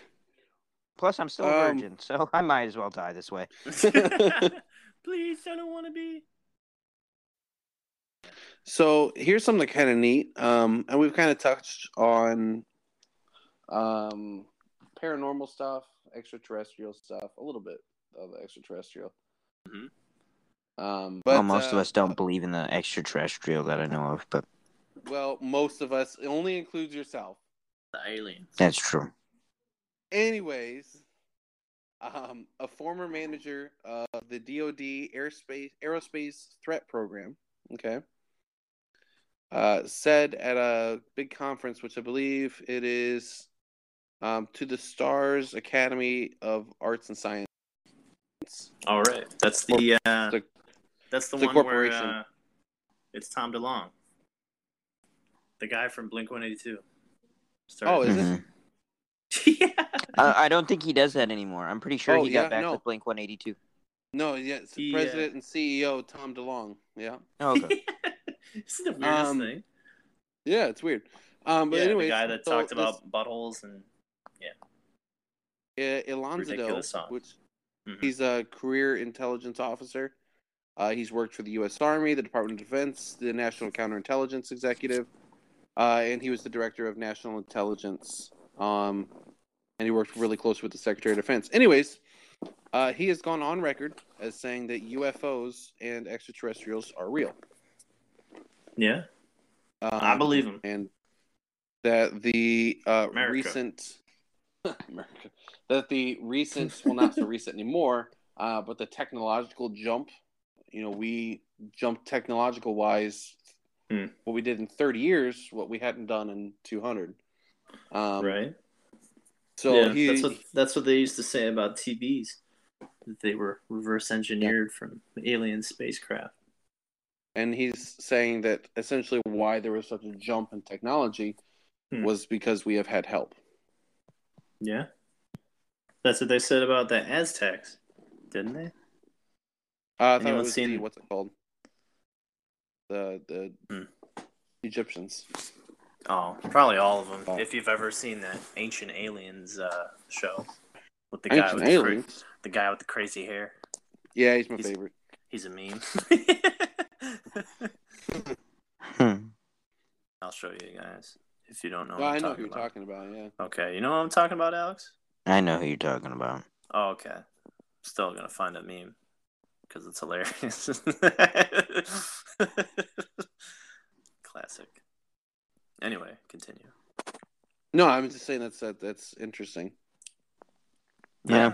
Plus, I'm still a
Um,
virgin, so I might as well die this way.
please, I don't want to be.
So here's something kind of neat, um, and we've kind of touched on um, paranormal stuff, extraterrestrial stuff, a little bit of the extraterrestrial.
Mhm.
Um, but
well, most of
uh,
us don't believe in the extraterrestrial that I know of, but
Well, most of us it only includes yourself.
The aliens.
that's true.
Anyways, um, a former manager of the DoD airspace aerospace threat program, okay, uh, said at a big conference, which I believe it is um, to the Stars Academy of Arts and Science.
All right, that's the uh,
It's a-
that's the
it's a
one where
corporation.
uh, it's Tom DeLong.
The guy from Blink 182.
Oh, is it?
Mhm. Mm-hmm.
yeah.
I, I don't think he does that anymore. I'm pretty sure
Oh,
he got
yeah,
back
no.
with Blink 182.
No, yeah, it's the
Yeah.
president and CEO Tom DeLong. Yeah,
Oh, okay.
this is the weirdest
Um,
thing.
yeah, it's weird. Um, but
yeah,
anyway,
the guy that talked about buttholes and
uh, Elonzo,
Ridiculous song.
which
Mhm.
he's a career intelligence officer. Uh, he's worked for the U.S. Army, the Department of Defense, the National Counterintelligence Executive, uh, and he was the director of National Intelligence. Um, and he worked really close with the Secretary of Defense. Anyways, uh, he has gone on record as saying that UFOs and extraterrestrials are real.
Yeah,
Um,
I believe him.
and that the uh,
America.
recent America, that the recent well not so recent anymore uh, but the technological jump you know we jumped technological wise
Hmm.
what we did in 30 years what we hadn't done in 200 um,
right.
so
yeah,
he,
that's what that's what they used to say about TVs. that They were reverse engineered from alien spacecraft.
and he's saying that essentially why there was such a jump in technology
Hmm.
was because we have had help
Yeah, that's what they said about the Aztecs, didn't they?
Uh, I thought it
Anyone
was
seen-
the, what's it called? The the
Hmm.
Egyptians.
Oh, probably all of them.
Oh.
If you've ever seen that Ancient Aliens uh, show with the guy
Ancient
with the, cra-
aliens.
the guy with the crazy hair,
Yeah, he's my
He's-
favorite.
he's a meme.
Hmm.
I'll show you guys if you don't know.
Well,
what
I
I'm
know who
talking
you're
about.
talking about. Yeah.
Okay, you know what I'm talking about, Alex?
I know who you're talking about.
Oh, okay. Still gonna find that meme because it's hilarious. Classic. Anyway, continue.
No, I'm just saying that's that, that's interesting.
Yeah.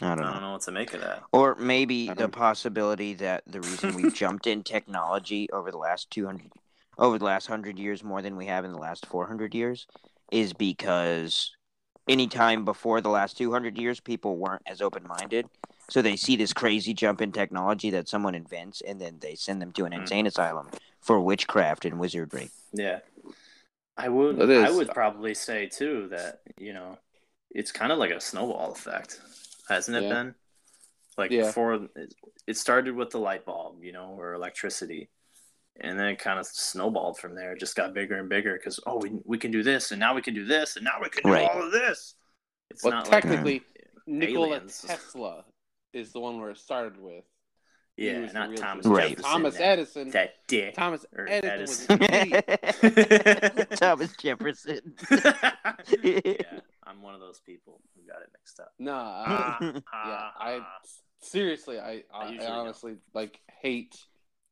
I
I
don't know.
don't know what to make of that.
Or maybe
I
the
Um,
don't-
possibility that the reason we jumped in technology over the last 200 over the last 100 years more than we have in the last 400 years is because anytime before the last 200 years people weren't as open-minded. So they see this crazy jump in technology that someone invents and then they send them to an
Mm.
insane asylum for witchcraft and wizardry.
Yeah. I would
It is.
I would probably say too that, you know, it's kind of like a snowball effect, hasn't it
Yeah.
been? Like
Yeah.
before it started with the light bulb, you know, or electricity. And then it kind of snowballed from there. It just got bigger and bigger because oh, we, we can do this, and now we can do this, and now we can do
Right.
all of this. It's
well,
not like,
technically, Nikola
aliens.
Tesla is the one where it started with. He
yeah,
was the
not
real
Thomas
genius.
Right.
Jefferson,
Thomas
that,
Edison.
that dick.
Thomas
or
Edison,
Edison.
was an idiot.
Thomas Jefferson.
yeah, I'm one of those people who got it mixed up.
Nah, I,
Ah,
yeah,
ah,
I
ah.
seriously, I I,
I
I,
usually don't.
honestly like hate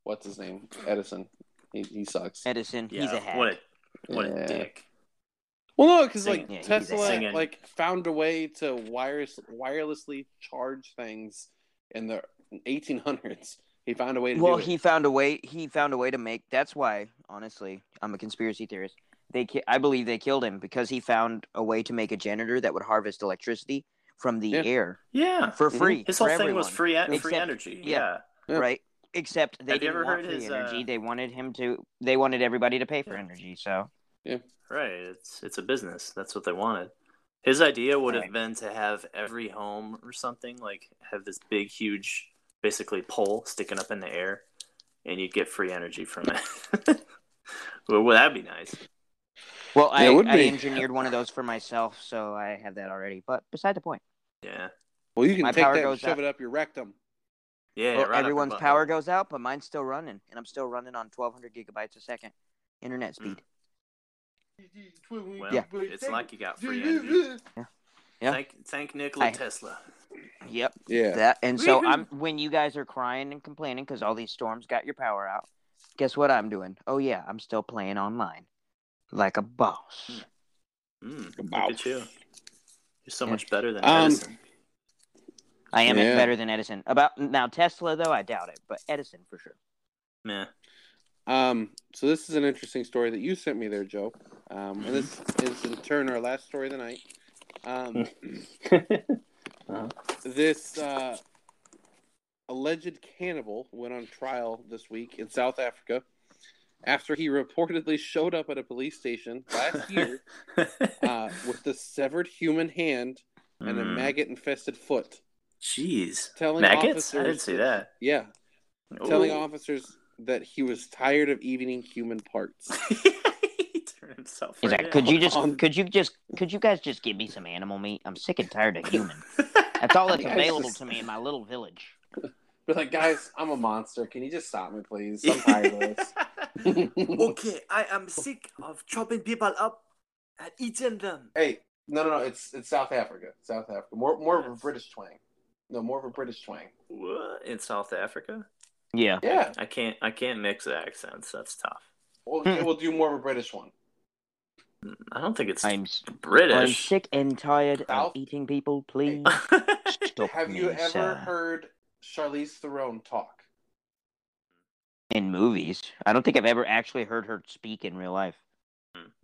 what's his name Edison. He, he sucks.
Edison, he's a hack.
What a, what
Yeah.
a dick.
Well, no, because
Singing.
like
Yeah, he's a
Tesla
singing.
like found a way to wires wirelessly charge things in the 1800s. He found a way to
Well,
do it.
he found a way. He found a way to make. That's why, honestly, I'm a conspiracy theorist. They, ki- I believe, they killed him because he found a way to make a janitor that would harvest electricity from the
Yeah.
air
Yeah.
for
Mhm.
free.
Mm-hmm. His whole
for
thing was
everyone,
free, en- free
Except-
energy.
yeah.
Yeah.
Yeah.
right? Except they
Have you
didn't
ever
want
heard
free
his,
energy.
uh,
They wanted him to. They wanted everybody to pay for
Yeah.
energy. So
Right. It's it's a business. That's what they wanted. His idea would
Right.
have been to have every home or something like have this big, huge, basically pole sticking up in the air, and you'd get free energy from it. well, would that be nice?
Well,
Yeah,
I,
it would
I
be.
engineered one of those for myself, so I have that already. But beside the point,
Yeah.
well, you can
my
take
power
that and
goes
shove
up.
it up your rectum.
Well,
Yeah. right up your
everyone's
butthole.
power goes out, but mine's still running, and I'm still running on 1,200 gigabytes a second internet
Mm.
speed.
Well,
Yeah.
It's like you got free energy.
Yeah.
Thank, thank Nikola
I-
Tesla.
Yep.
Yeah.
That and so I'm when you guys are crying and complaining because all these storms got your power out. Guess what I'm doing? Oh yeah, I'm still playing online, like a boss.
Mm,
Wow.
look at you. You're so
Yeah.
much better than
Um,
Edison.
I am
Yeah.
better than Edison. About now Tesla though, I doubt it, but Edison for sure.
Meh.
Um, so this is an interesting story that you sent me there, Joe. Um, and this
Mm-hmm.
is in turn our last story of the night. Um, this uh, alleged cannibal went on trial this week in South Africa after he reportedly showed up at a police station last year uh, with a severed human hand and a
Mm.
maggot-infested foot,
Jeez.
telling
Maggots?
officers
I didn't see that.
Yeah, telling
Ooh.
officers that he was tired of eating human parts.
he turned himself.
Is
right
that, could you just
on-
could you just could you guys just give me some animal meat? I'm sick and tired of human. That's all that's
Yeah, it's
available
just-
to me in my little village.
But like, guys, I'm a monster. Can you just stop me, please? I'm tired of this.
okay, I am sick of chopping people up and eating them.
hey, no, no, no. It's it's South Africa. South Africa. More more of a
Yes.
British twang. No, more of a British twang.
What? In South Africa?
Yeah.
Yeah,
I can't. I can't mix accents. That's tough.
we'll
Hmm.
we'll do more of a British one.
I don't think it's
I'm s- I'm
British.
sick and tired of
South-
eating people, please. Stop
Have you
me,
ever
sir.
heard Charlize Theron talk?
in movies. I don't think I've ever actually heard her speak in real life.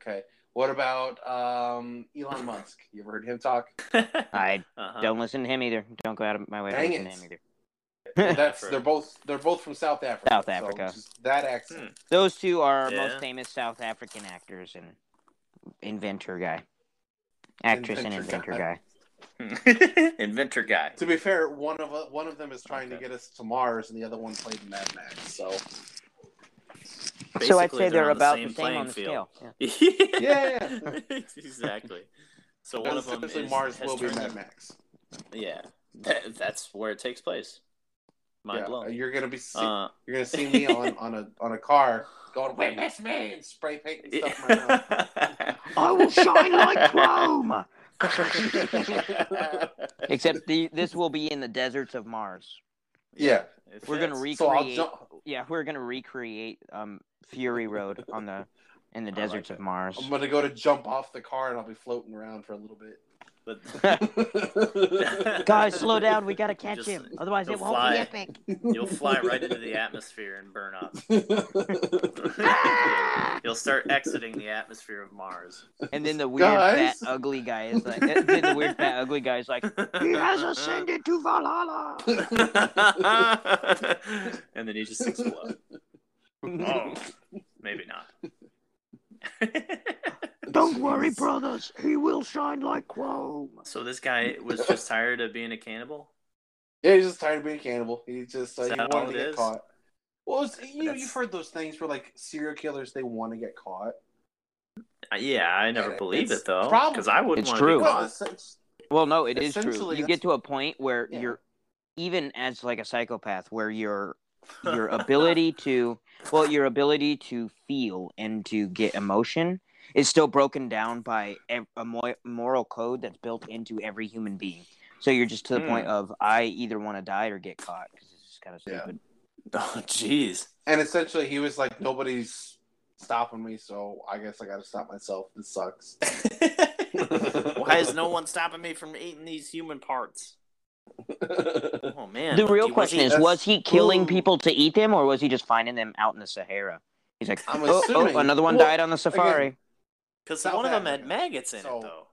Okay. What about um, Elon Musk? You ever heard him talk?
I
Uh-huh.
don't listen to him either. Don't go out of my way to
Dang
listen
it.
to him either.
Well, that's
Africa.
they're both they're both from South Africa.
South
so
Africa.
just that accent.
Those two are our most
Yeah.
famous South African actors and inventor guy, actress and
Inventor
inventor
guy.
guy.
Inventor guy.
To be fair, one of one of them is trying to
Hmm. Okay.
get us to Mars, and the other one played Mad Max. So
so I'd
Basically,
say they're,
on
about the same,
playing
on the
field.
scale. Yeah.
Yeah.
exactly. So one of them
essentially
is
Mars
has
will be
turned-
Mad Max.
Yeah, That- that's where it takes place. Mind
yeah,
blown.
You're gonna be see,
Uh,
you're gonna see me on, on a on a car going witness me and spray paint and stuff in my mouth.
I will shine like
cloud.
chrome. Except the, this will be in the deserts of Mars.
Yeah.
We're gonna recreate.
read.
So I'll jump.
Yeah, we're gonna recreate um, Fury Road on the in the
I
deserts
like
of Mars.
I'm gonna go to jump off the car and I'll be floating around for a little
But
bit.
Guys, slow down. We gotta catch
Just-
him. Otherwise,
he'll
it won't
fly.
be epic.
you'll fly right into the atmosphere and burn up. you'll start exiting the atmosphere of Mars.
And then the weird
Guys.
fat ugly guy is like, eh, then the weird fat ugly guy is like, "Uh-uh." he has ascended to Valhalla.
and then he just explodes. Oh, maybe not.
Don't worry, brothers. He will shine like chrome.
Oh. so this guy was just tired of being a cannibal.
Yeah, he's just tired of being a cannibal. He just uh,
Is
he
that
wanted
all
to
it
get
is?
caught. Well, it's, you know,
That's-
you've heard those things where like serial killers they want to get caught.
Uh, Yeah, I never
Yeah,
believe
it's
it though,
probably-
because I wouldn't
It's
want
true.
to be
Well,
caught.
it's, it's,
Well, no, it is true.
Essentially,
You
that's-
get to a point where
Yeah.
you're, even as like a psychopath, where your your ability to, well, your ability to feel and to get emotion is still broken down by ev- a mo- moral code that's built into every human being. So you're just to the
Hmm.
point of I either want to die or get caught because it's just kind of
Yeah.
stupid.
Oh, jeez.
and essentially, he was like, nobody's stopping me, so I guess I got to stop myself. This sucks.
Why is no one stopping me from eating these human parts? Oh man.
The real
He- was
question
he-
is,
that's-
was he killing
Ooh.
people to eat them, or was he just finding them out in the Sahara? He's like,
I'm
oh, oh,
assuming-
another one
well,
died on the safari.
Because
South
one of them
Africa.
had maggots in
So-
it, though.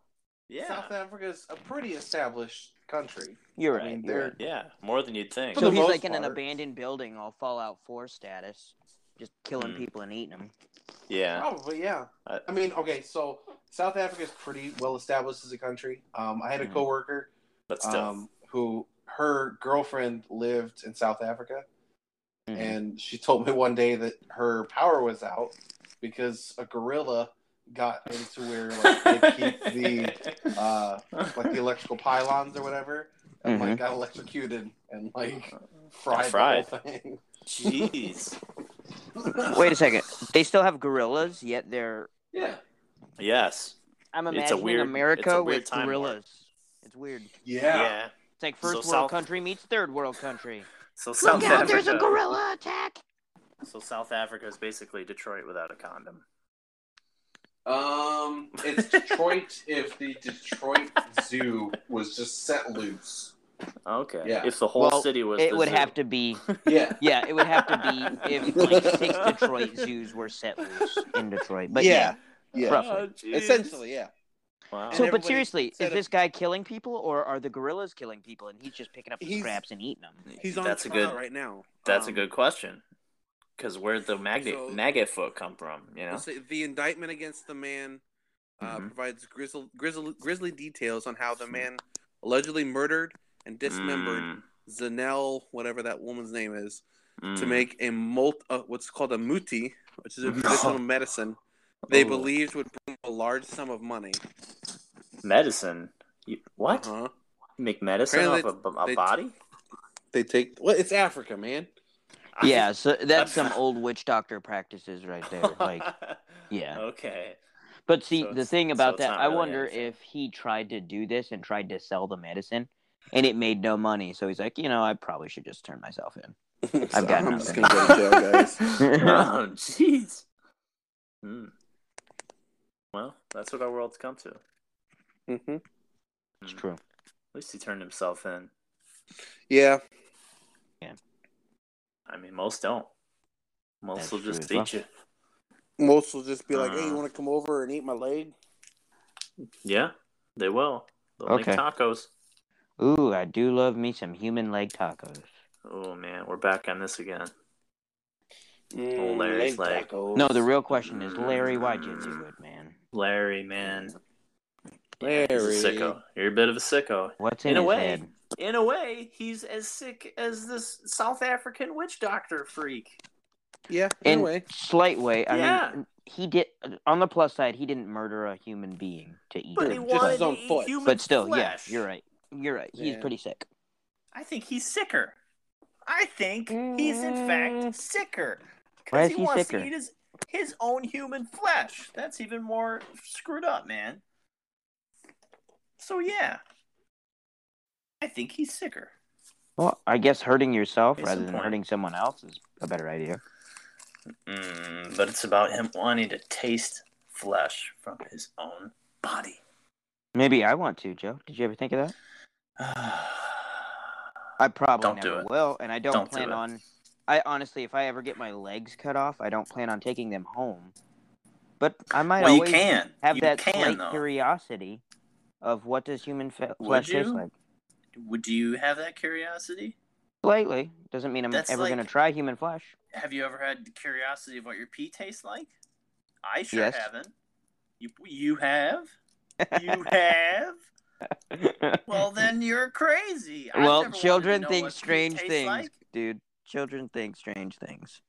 Yeah.
South Africa's a pretty established country.
You're
I
right.
mean,
you're
they're-
right.
yeah, more than you'd think.
for
So
the
he's
most
like in an
part.
abandoned building, all Fallout 4 status, just killing
Mm.
Hmm.
people and eating them.
yeah.
Probably, yeah.
I-
I mean, okay, so South Africa's pretty well established as a country. Um, I had a
Mhm.
coworker
But still.
um, who her girlfriend lived in South Africa,
Mhm.
and she told me one day that her power was out because a gorilla got into where like they keep the uh, like the electrical pylons or whatever,
Mm-hmm.
and like got electrocuted and like fried,
Mm-hmm. fried.
the whole thing.
Jeez.
Mm-hmm. Wait a second. They still have gorillas, yet they're.
Yeah,
Yes.
I'm
It's a
imagining
weird- it's
America
a weird
with
time warp.
gorillas. It's weird. It's
yeah.
like
So
first world
South-
country meets third world country.
So South
Look out,
Africa.
there's a gorilla attack!
So South Africa is basically Detroit without a condom.
Um, it's Detroit if the Detroit Zoo was just set loose.
Okay.
Yeah.
If the whole
Well,
city was
It
the
would
zoo.
have to be.
Yeah.
Yeah, it would have to be if like six Detroit zoos were set loose in Detroit. But yeah.
Yeah.
Roughly.
Oh, jeez.
Essentially, yeah.
Wow.
And
So, but
everybody
seriously,
said
is
it-
this guy killing people, or are the gorillas killing people, and he's just picking up the
He's-
scraps and eating them?
He's on
That's a
trial
good-
right now.
That's a
Um,
good question. Because where'd the maggot
so-
maggot foot come from? You know.
let's say The indictment against the man uh,
Mhm.
provides grizzle, grizzle, grisly details on how the man allegedly murdered and dismembered
Mm,
Zanel, whatever that woman's name is, to
mm.
make a mult, uh, what's called a muti, which is a
No. Oh.
traditional medicine they
Ooh.
believed would bring a large sum of money.
medicine. You, what?
Uh-huh.
Make medicine off
Apparently
of a, a
they-
body?
They take well, it's Africa, man.
Yeah, so that's some old witch doctor practices right there. Like, yeah.
Okay.
but see,
So
the
it's-
thing
so
about
it's
that,
not
I
really
wonder
anything.
if he tried to do this and tried to sell the medicine, and it made no money. So he's like, you know, I probably should just turn myself in.
So
got
I'm just
nothing.
gonna go to jail, guys.
oh, jeez. Hmm. Well, that's what our world's come to. At
hmm
It's
true.
least he turned himself in.
Yeah,
I mean, most don't. Most
That's
will
true
just
as well.
teach you.
most will just be like, "Hey,
Uh.
you want to come over and eat my leg?"
Yeah, they will. They'll
Okay.
make tacos.
Ooh, I do love me some human leg tacos.
Oh man, we're back on this again. Mm, Larry's leg.
No, the real question is, Larry, why'd you do it, man?
Larry, man,
Larry.
he's a sicko. You're a bit of a sicko.
What's in,
In a
his
way,
head?
In a way, he's as sick as this South African witch doctor freak.
Yeah.
In
Anyway,
slight way, I
Yeah.
mean, he did. On the plus side, he didn't murder a human being to eat.
But
him.
he
Just
wanted
his
to
own
eat
foot.
human
But still,
flesh.
yeah, you're right. You're right. He's
Yeah.
pretty sick.
I think he's sicker. I think he's in fact sicker.
Mm. Why
Because
is
he,
he
wants
sicker?
to eat his, his own human flesh. That's even more screwed up, man. So yeah. I think he's sicker.
Well, I guess hurting yourself
Case
rather
in
than
point.
hurting someone else is a better idea.
Mm, but it's about him wanting to taste flesh from his own body.
Maybe I want to, Joe. Did you ever think of that? I probably
Don't do
never
it.
will, and I don't,
Don't do
plan
it.
on. I honestly, if I ever get my legs cut off, I don't plan on taking them home. But I might
well, you
always
can
have
you
that
can
slight
though.
curiosity
curiosity.
of what does human fe-
Would
flesh taste
you?
like.
Would you have that curiosity?
Slightly doesn't mean I'm
That's
ever
like-
going to try human flesh.
Have you ever had the curiosity of what your pee tastes like? I sure
Yes.
haven't. You you have? You have? Well, then you're crazy. I've never
well,
wanted to
children
know
think
what pee
strange
tastes
things,
like.
dude. Children think strange things.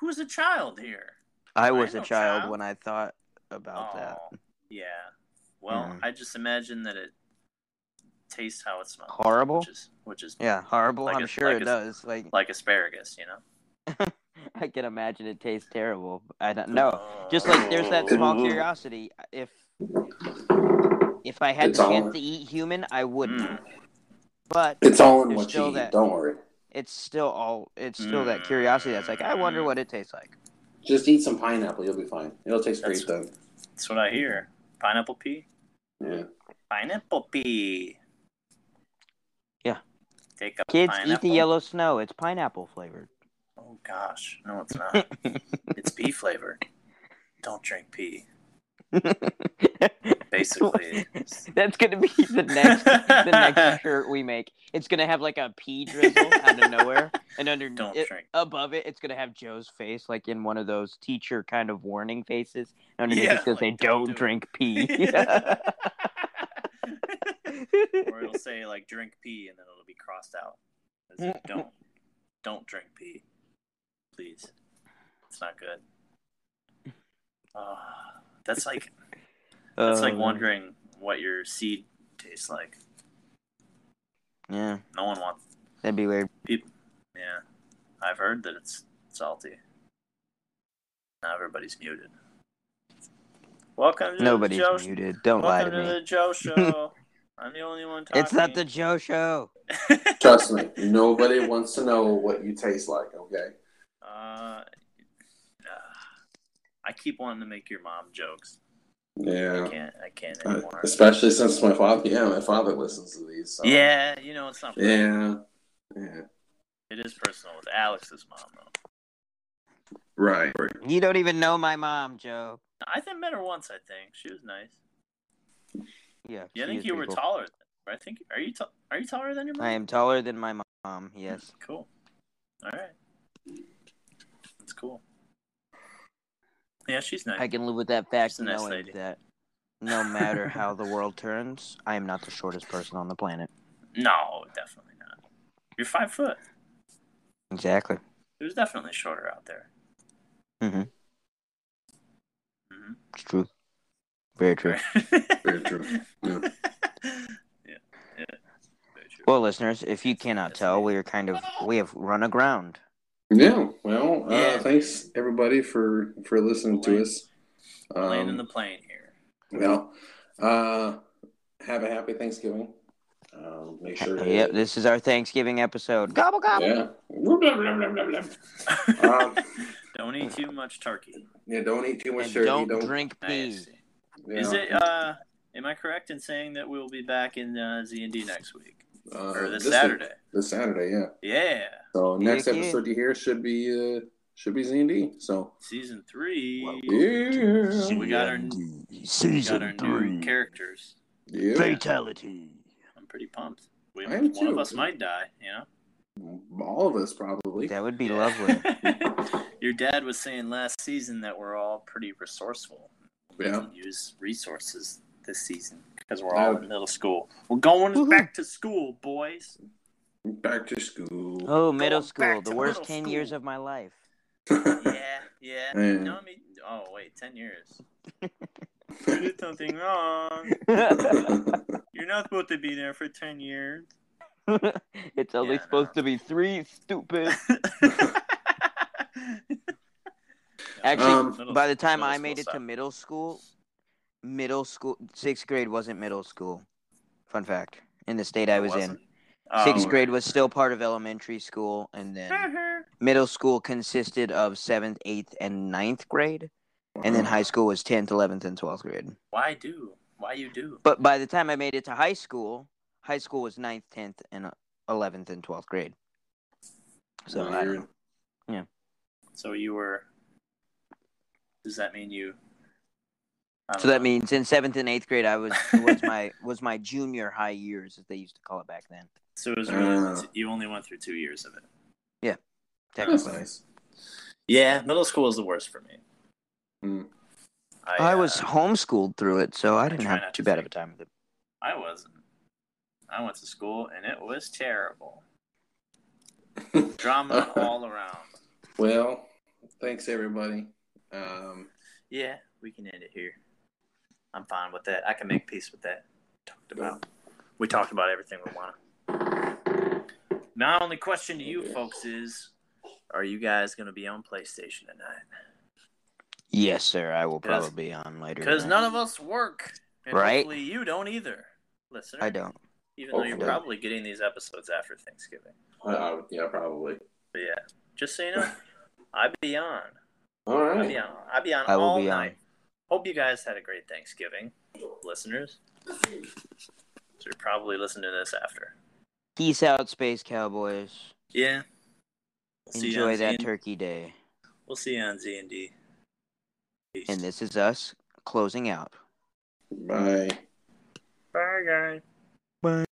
Who's a child here?
I
I
was a
know,
child
child.
when I thought about that.
Oh, yeah. Well,
Mhm.
I just imagine that it tastes how it smells.
Horrible?
Which is, which is
Yeah, horrible.
Like
I'm
it's-
sure
like
it
it's-
does. Like
like asparagus, you know?
I can imagine it tastes terrible. I don't know. Just like there's that
Oh.
small curiosity. If if I had
It's
the
all-
chance to eat human, I wouldn't.
Mm.
But
It's all in
There's
what
still
you
that-
eat. Don't worry.
it's still all. It's still that curiosity that's like, I
Mm-hmm.
wonder what it tastes like.
Just eat some pineapple. You'll be fine. It'll taste
That's-
great then.
That's what I hear. Pineapple pea?
Yeah.
Pineapple pea. Take a
Kids, eat
pineapple.
the yellow snow. It's pineapple flavored.
Oh gosh, no, it's not. it's pea flavor. Don't drink pea. Basically,
That's gonna be the next the next shirt we make. It's gonna have like a pea drizzle out of nowhere, and under
Don't
it-
drink.
above it, it's gonna have Joe's face, like in one of those teacher kind of warning faces. And underneath,
Yeah,
it's gonna
like,
say, "Don't,
"Don't do it."
drink pea."
or it'll say like drink pea, and then it'll be crossed out. As in, don't, don't drink pea, please. It's not good. Ah, that's like that's like
Um,
wondering what your seed tastes like.
Yeah,
No one wants.
that'd be weird.
Yeah, I've heard that it's salty. Now everybody's muted. Welcome to
Nobody's
the Joe.
muted. Don't lie
Welcome
to me.
the Joe Show. I'm the only one talking.
It's not the Joe Show.
Trust me, nobody wants to know what you taste like. Okay.
uh, uh, I keep wanting to make your mom jokes. I
Yeah.
can't. I can't
Uh,
anymore.
Especially since my father. Yeah, my father listens to these. so-
Yeah, you know it's not. personal.
Yeah. Yeah.
It is personal with Alex's mom though.
Right.
You don't even know my mom, Joe.
I think met her once. I think she was nice.
Yeah.
Yeah,
she
I think
is
you were
pretty cool.
taller. than- I think are you ta- are you taller than your mom?
I am taller than my mom. Yes.
Cool. All right. That's cool. Yeah, she's nice.
I can live with that fact
She's a nice
knowing
lady.
that no matter how the world turns, I am not the shortest person on the planet.
No, definitely not. You're five foot.
Exactly.
There's definitely shorter out there.
Mhm.
hmm
It's true. Very true.
Very true. Yeah.
yeah. Yeah. Very true.
Well, listeners, if you cannot
Yes,
tell,
ma'am.
we are kind of we have run aground.
Yeah. Well,
Yeah.
Uh, thanks everybody for for listening to us.
Landing
Um,
the plane here.
well, uh, have a happy Thanksgiving. Um, make sure. to-
Yep, this is our Thanksgiving episode. Gobble gobble.
Yeah. Um,
don't eat too much turkey.
yeah. Don't eat too much
And
turkey.
don't,
Don't.
drink peas.
Nice. Is
yeah.
it? uh Am I correct in saying that we'll be back in uh, Z and D next week
Uh,
or this
this
Saturday?
This Saturday. Yeah.
Yeah,
So next
Heck yeah.
episode you hear should be uh, should be Z and D. So
season three.
yeah.
We got our we got our new characters.
yeah.
Fatality.
I'm pretty pumped. We,
I am
one of
too.
us might die, you know.
All of us probably.
That would be lovely.
Your dad was saying last season that we're all pretty resourceful. We
Yeah.
can use resources this season because we're
Yeah.
all in middle school. We're going
Woohoo.
back to school, boys.
Back to school.
Oh, middle school,
back
the
to
worst
middle
ten years
school.
of my life.
yeah, yeah.
Yeah.
No, I mean, oh wait, ten years. You did something wrong. You're not supposed to be there for ten years.
it's only
Yeah,
supposed to
no.
be three stupid. Actually,
Um,
Middle-
by the time
middle
I
school
made it to
sucked.
middle school, middle school sixth grade wasn't middle school. Fun fact. In the state I
It
was in.
wasn't. Oh,
Sixth grade
okay. Eh.
was still part of elementary school and then middle school consisted of seventh, eighth, and ninth grade. And
Mm.
then high school was tenth, eleventh, and twelfth grade.
Why do? Why you do?
But by the time I made it to high school, high school was ninth, tenth, and uh, eleventh and twelfth grade. So I don't know.
So you were. Does that mean you? I don't
So that
know.
means in seventh and eighth grade, I was was my was my junior high years, as they used to call it back then.
So it was really
Uh.
you only went through two years of it.
That's
Technically,
nice.
Yeah, middle school is the worst for me.
Hmm.
I,
I was
uh,
homeschooled through it, so I didn't
try
have
not
too
to
bad of a
think.
time with it.
I wasn't. I went to school and it was terrible. Drama all around.
Well, thanks everybody. Um,
Yeah, we can end it here. I'm fine with that. I can make peace with that. Talked about. We talked about everything we want. to My only question to you folks is: Are you guys going to be on PlayStation tonight?
Yes, sir. I will
'Cause-
probably be on later.
Because
tonight.
none of us work, and
Right.
hopefully you don't either, listener.
I don't.
Even though you're
Hopefully.
probably getting these episodes after Thanksgiving.
uh, yeah, probably.
But yeah, just so you know, I be on.
All
I be
right.
on. I be on
I will
all
be on.
night. Hope you guys had a great Thanksgiving, listeners. So you're probably listening to this after.
Peace out, Space Cowboys.
Yeah. See you
Enjoy
on
that
Z&D.
Turkey Day.
We'll see you on Z and D.
And this is us closing out.
Bye.
Bye, guys.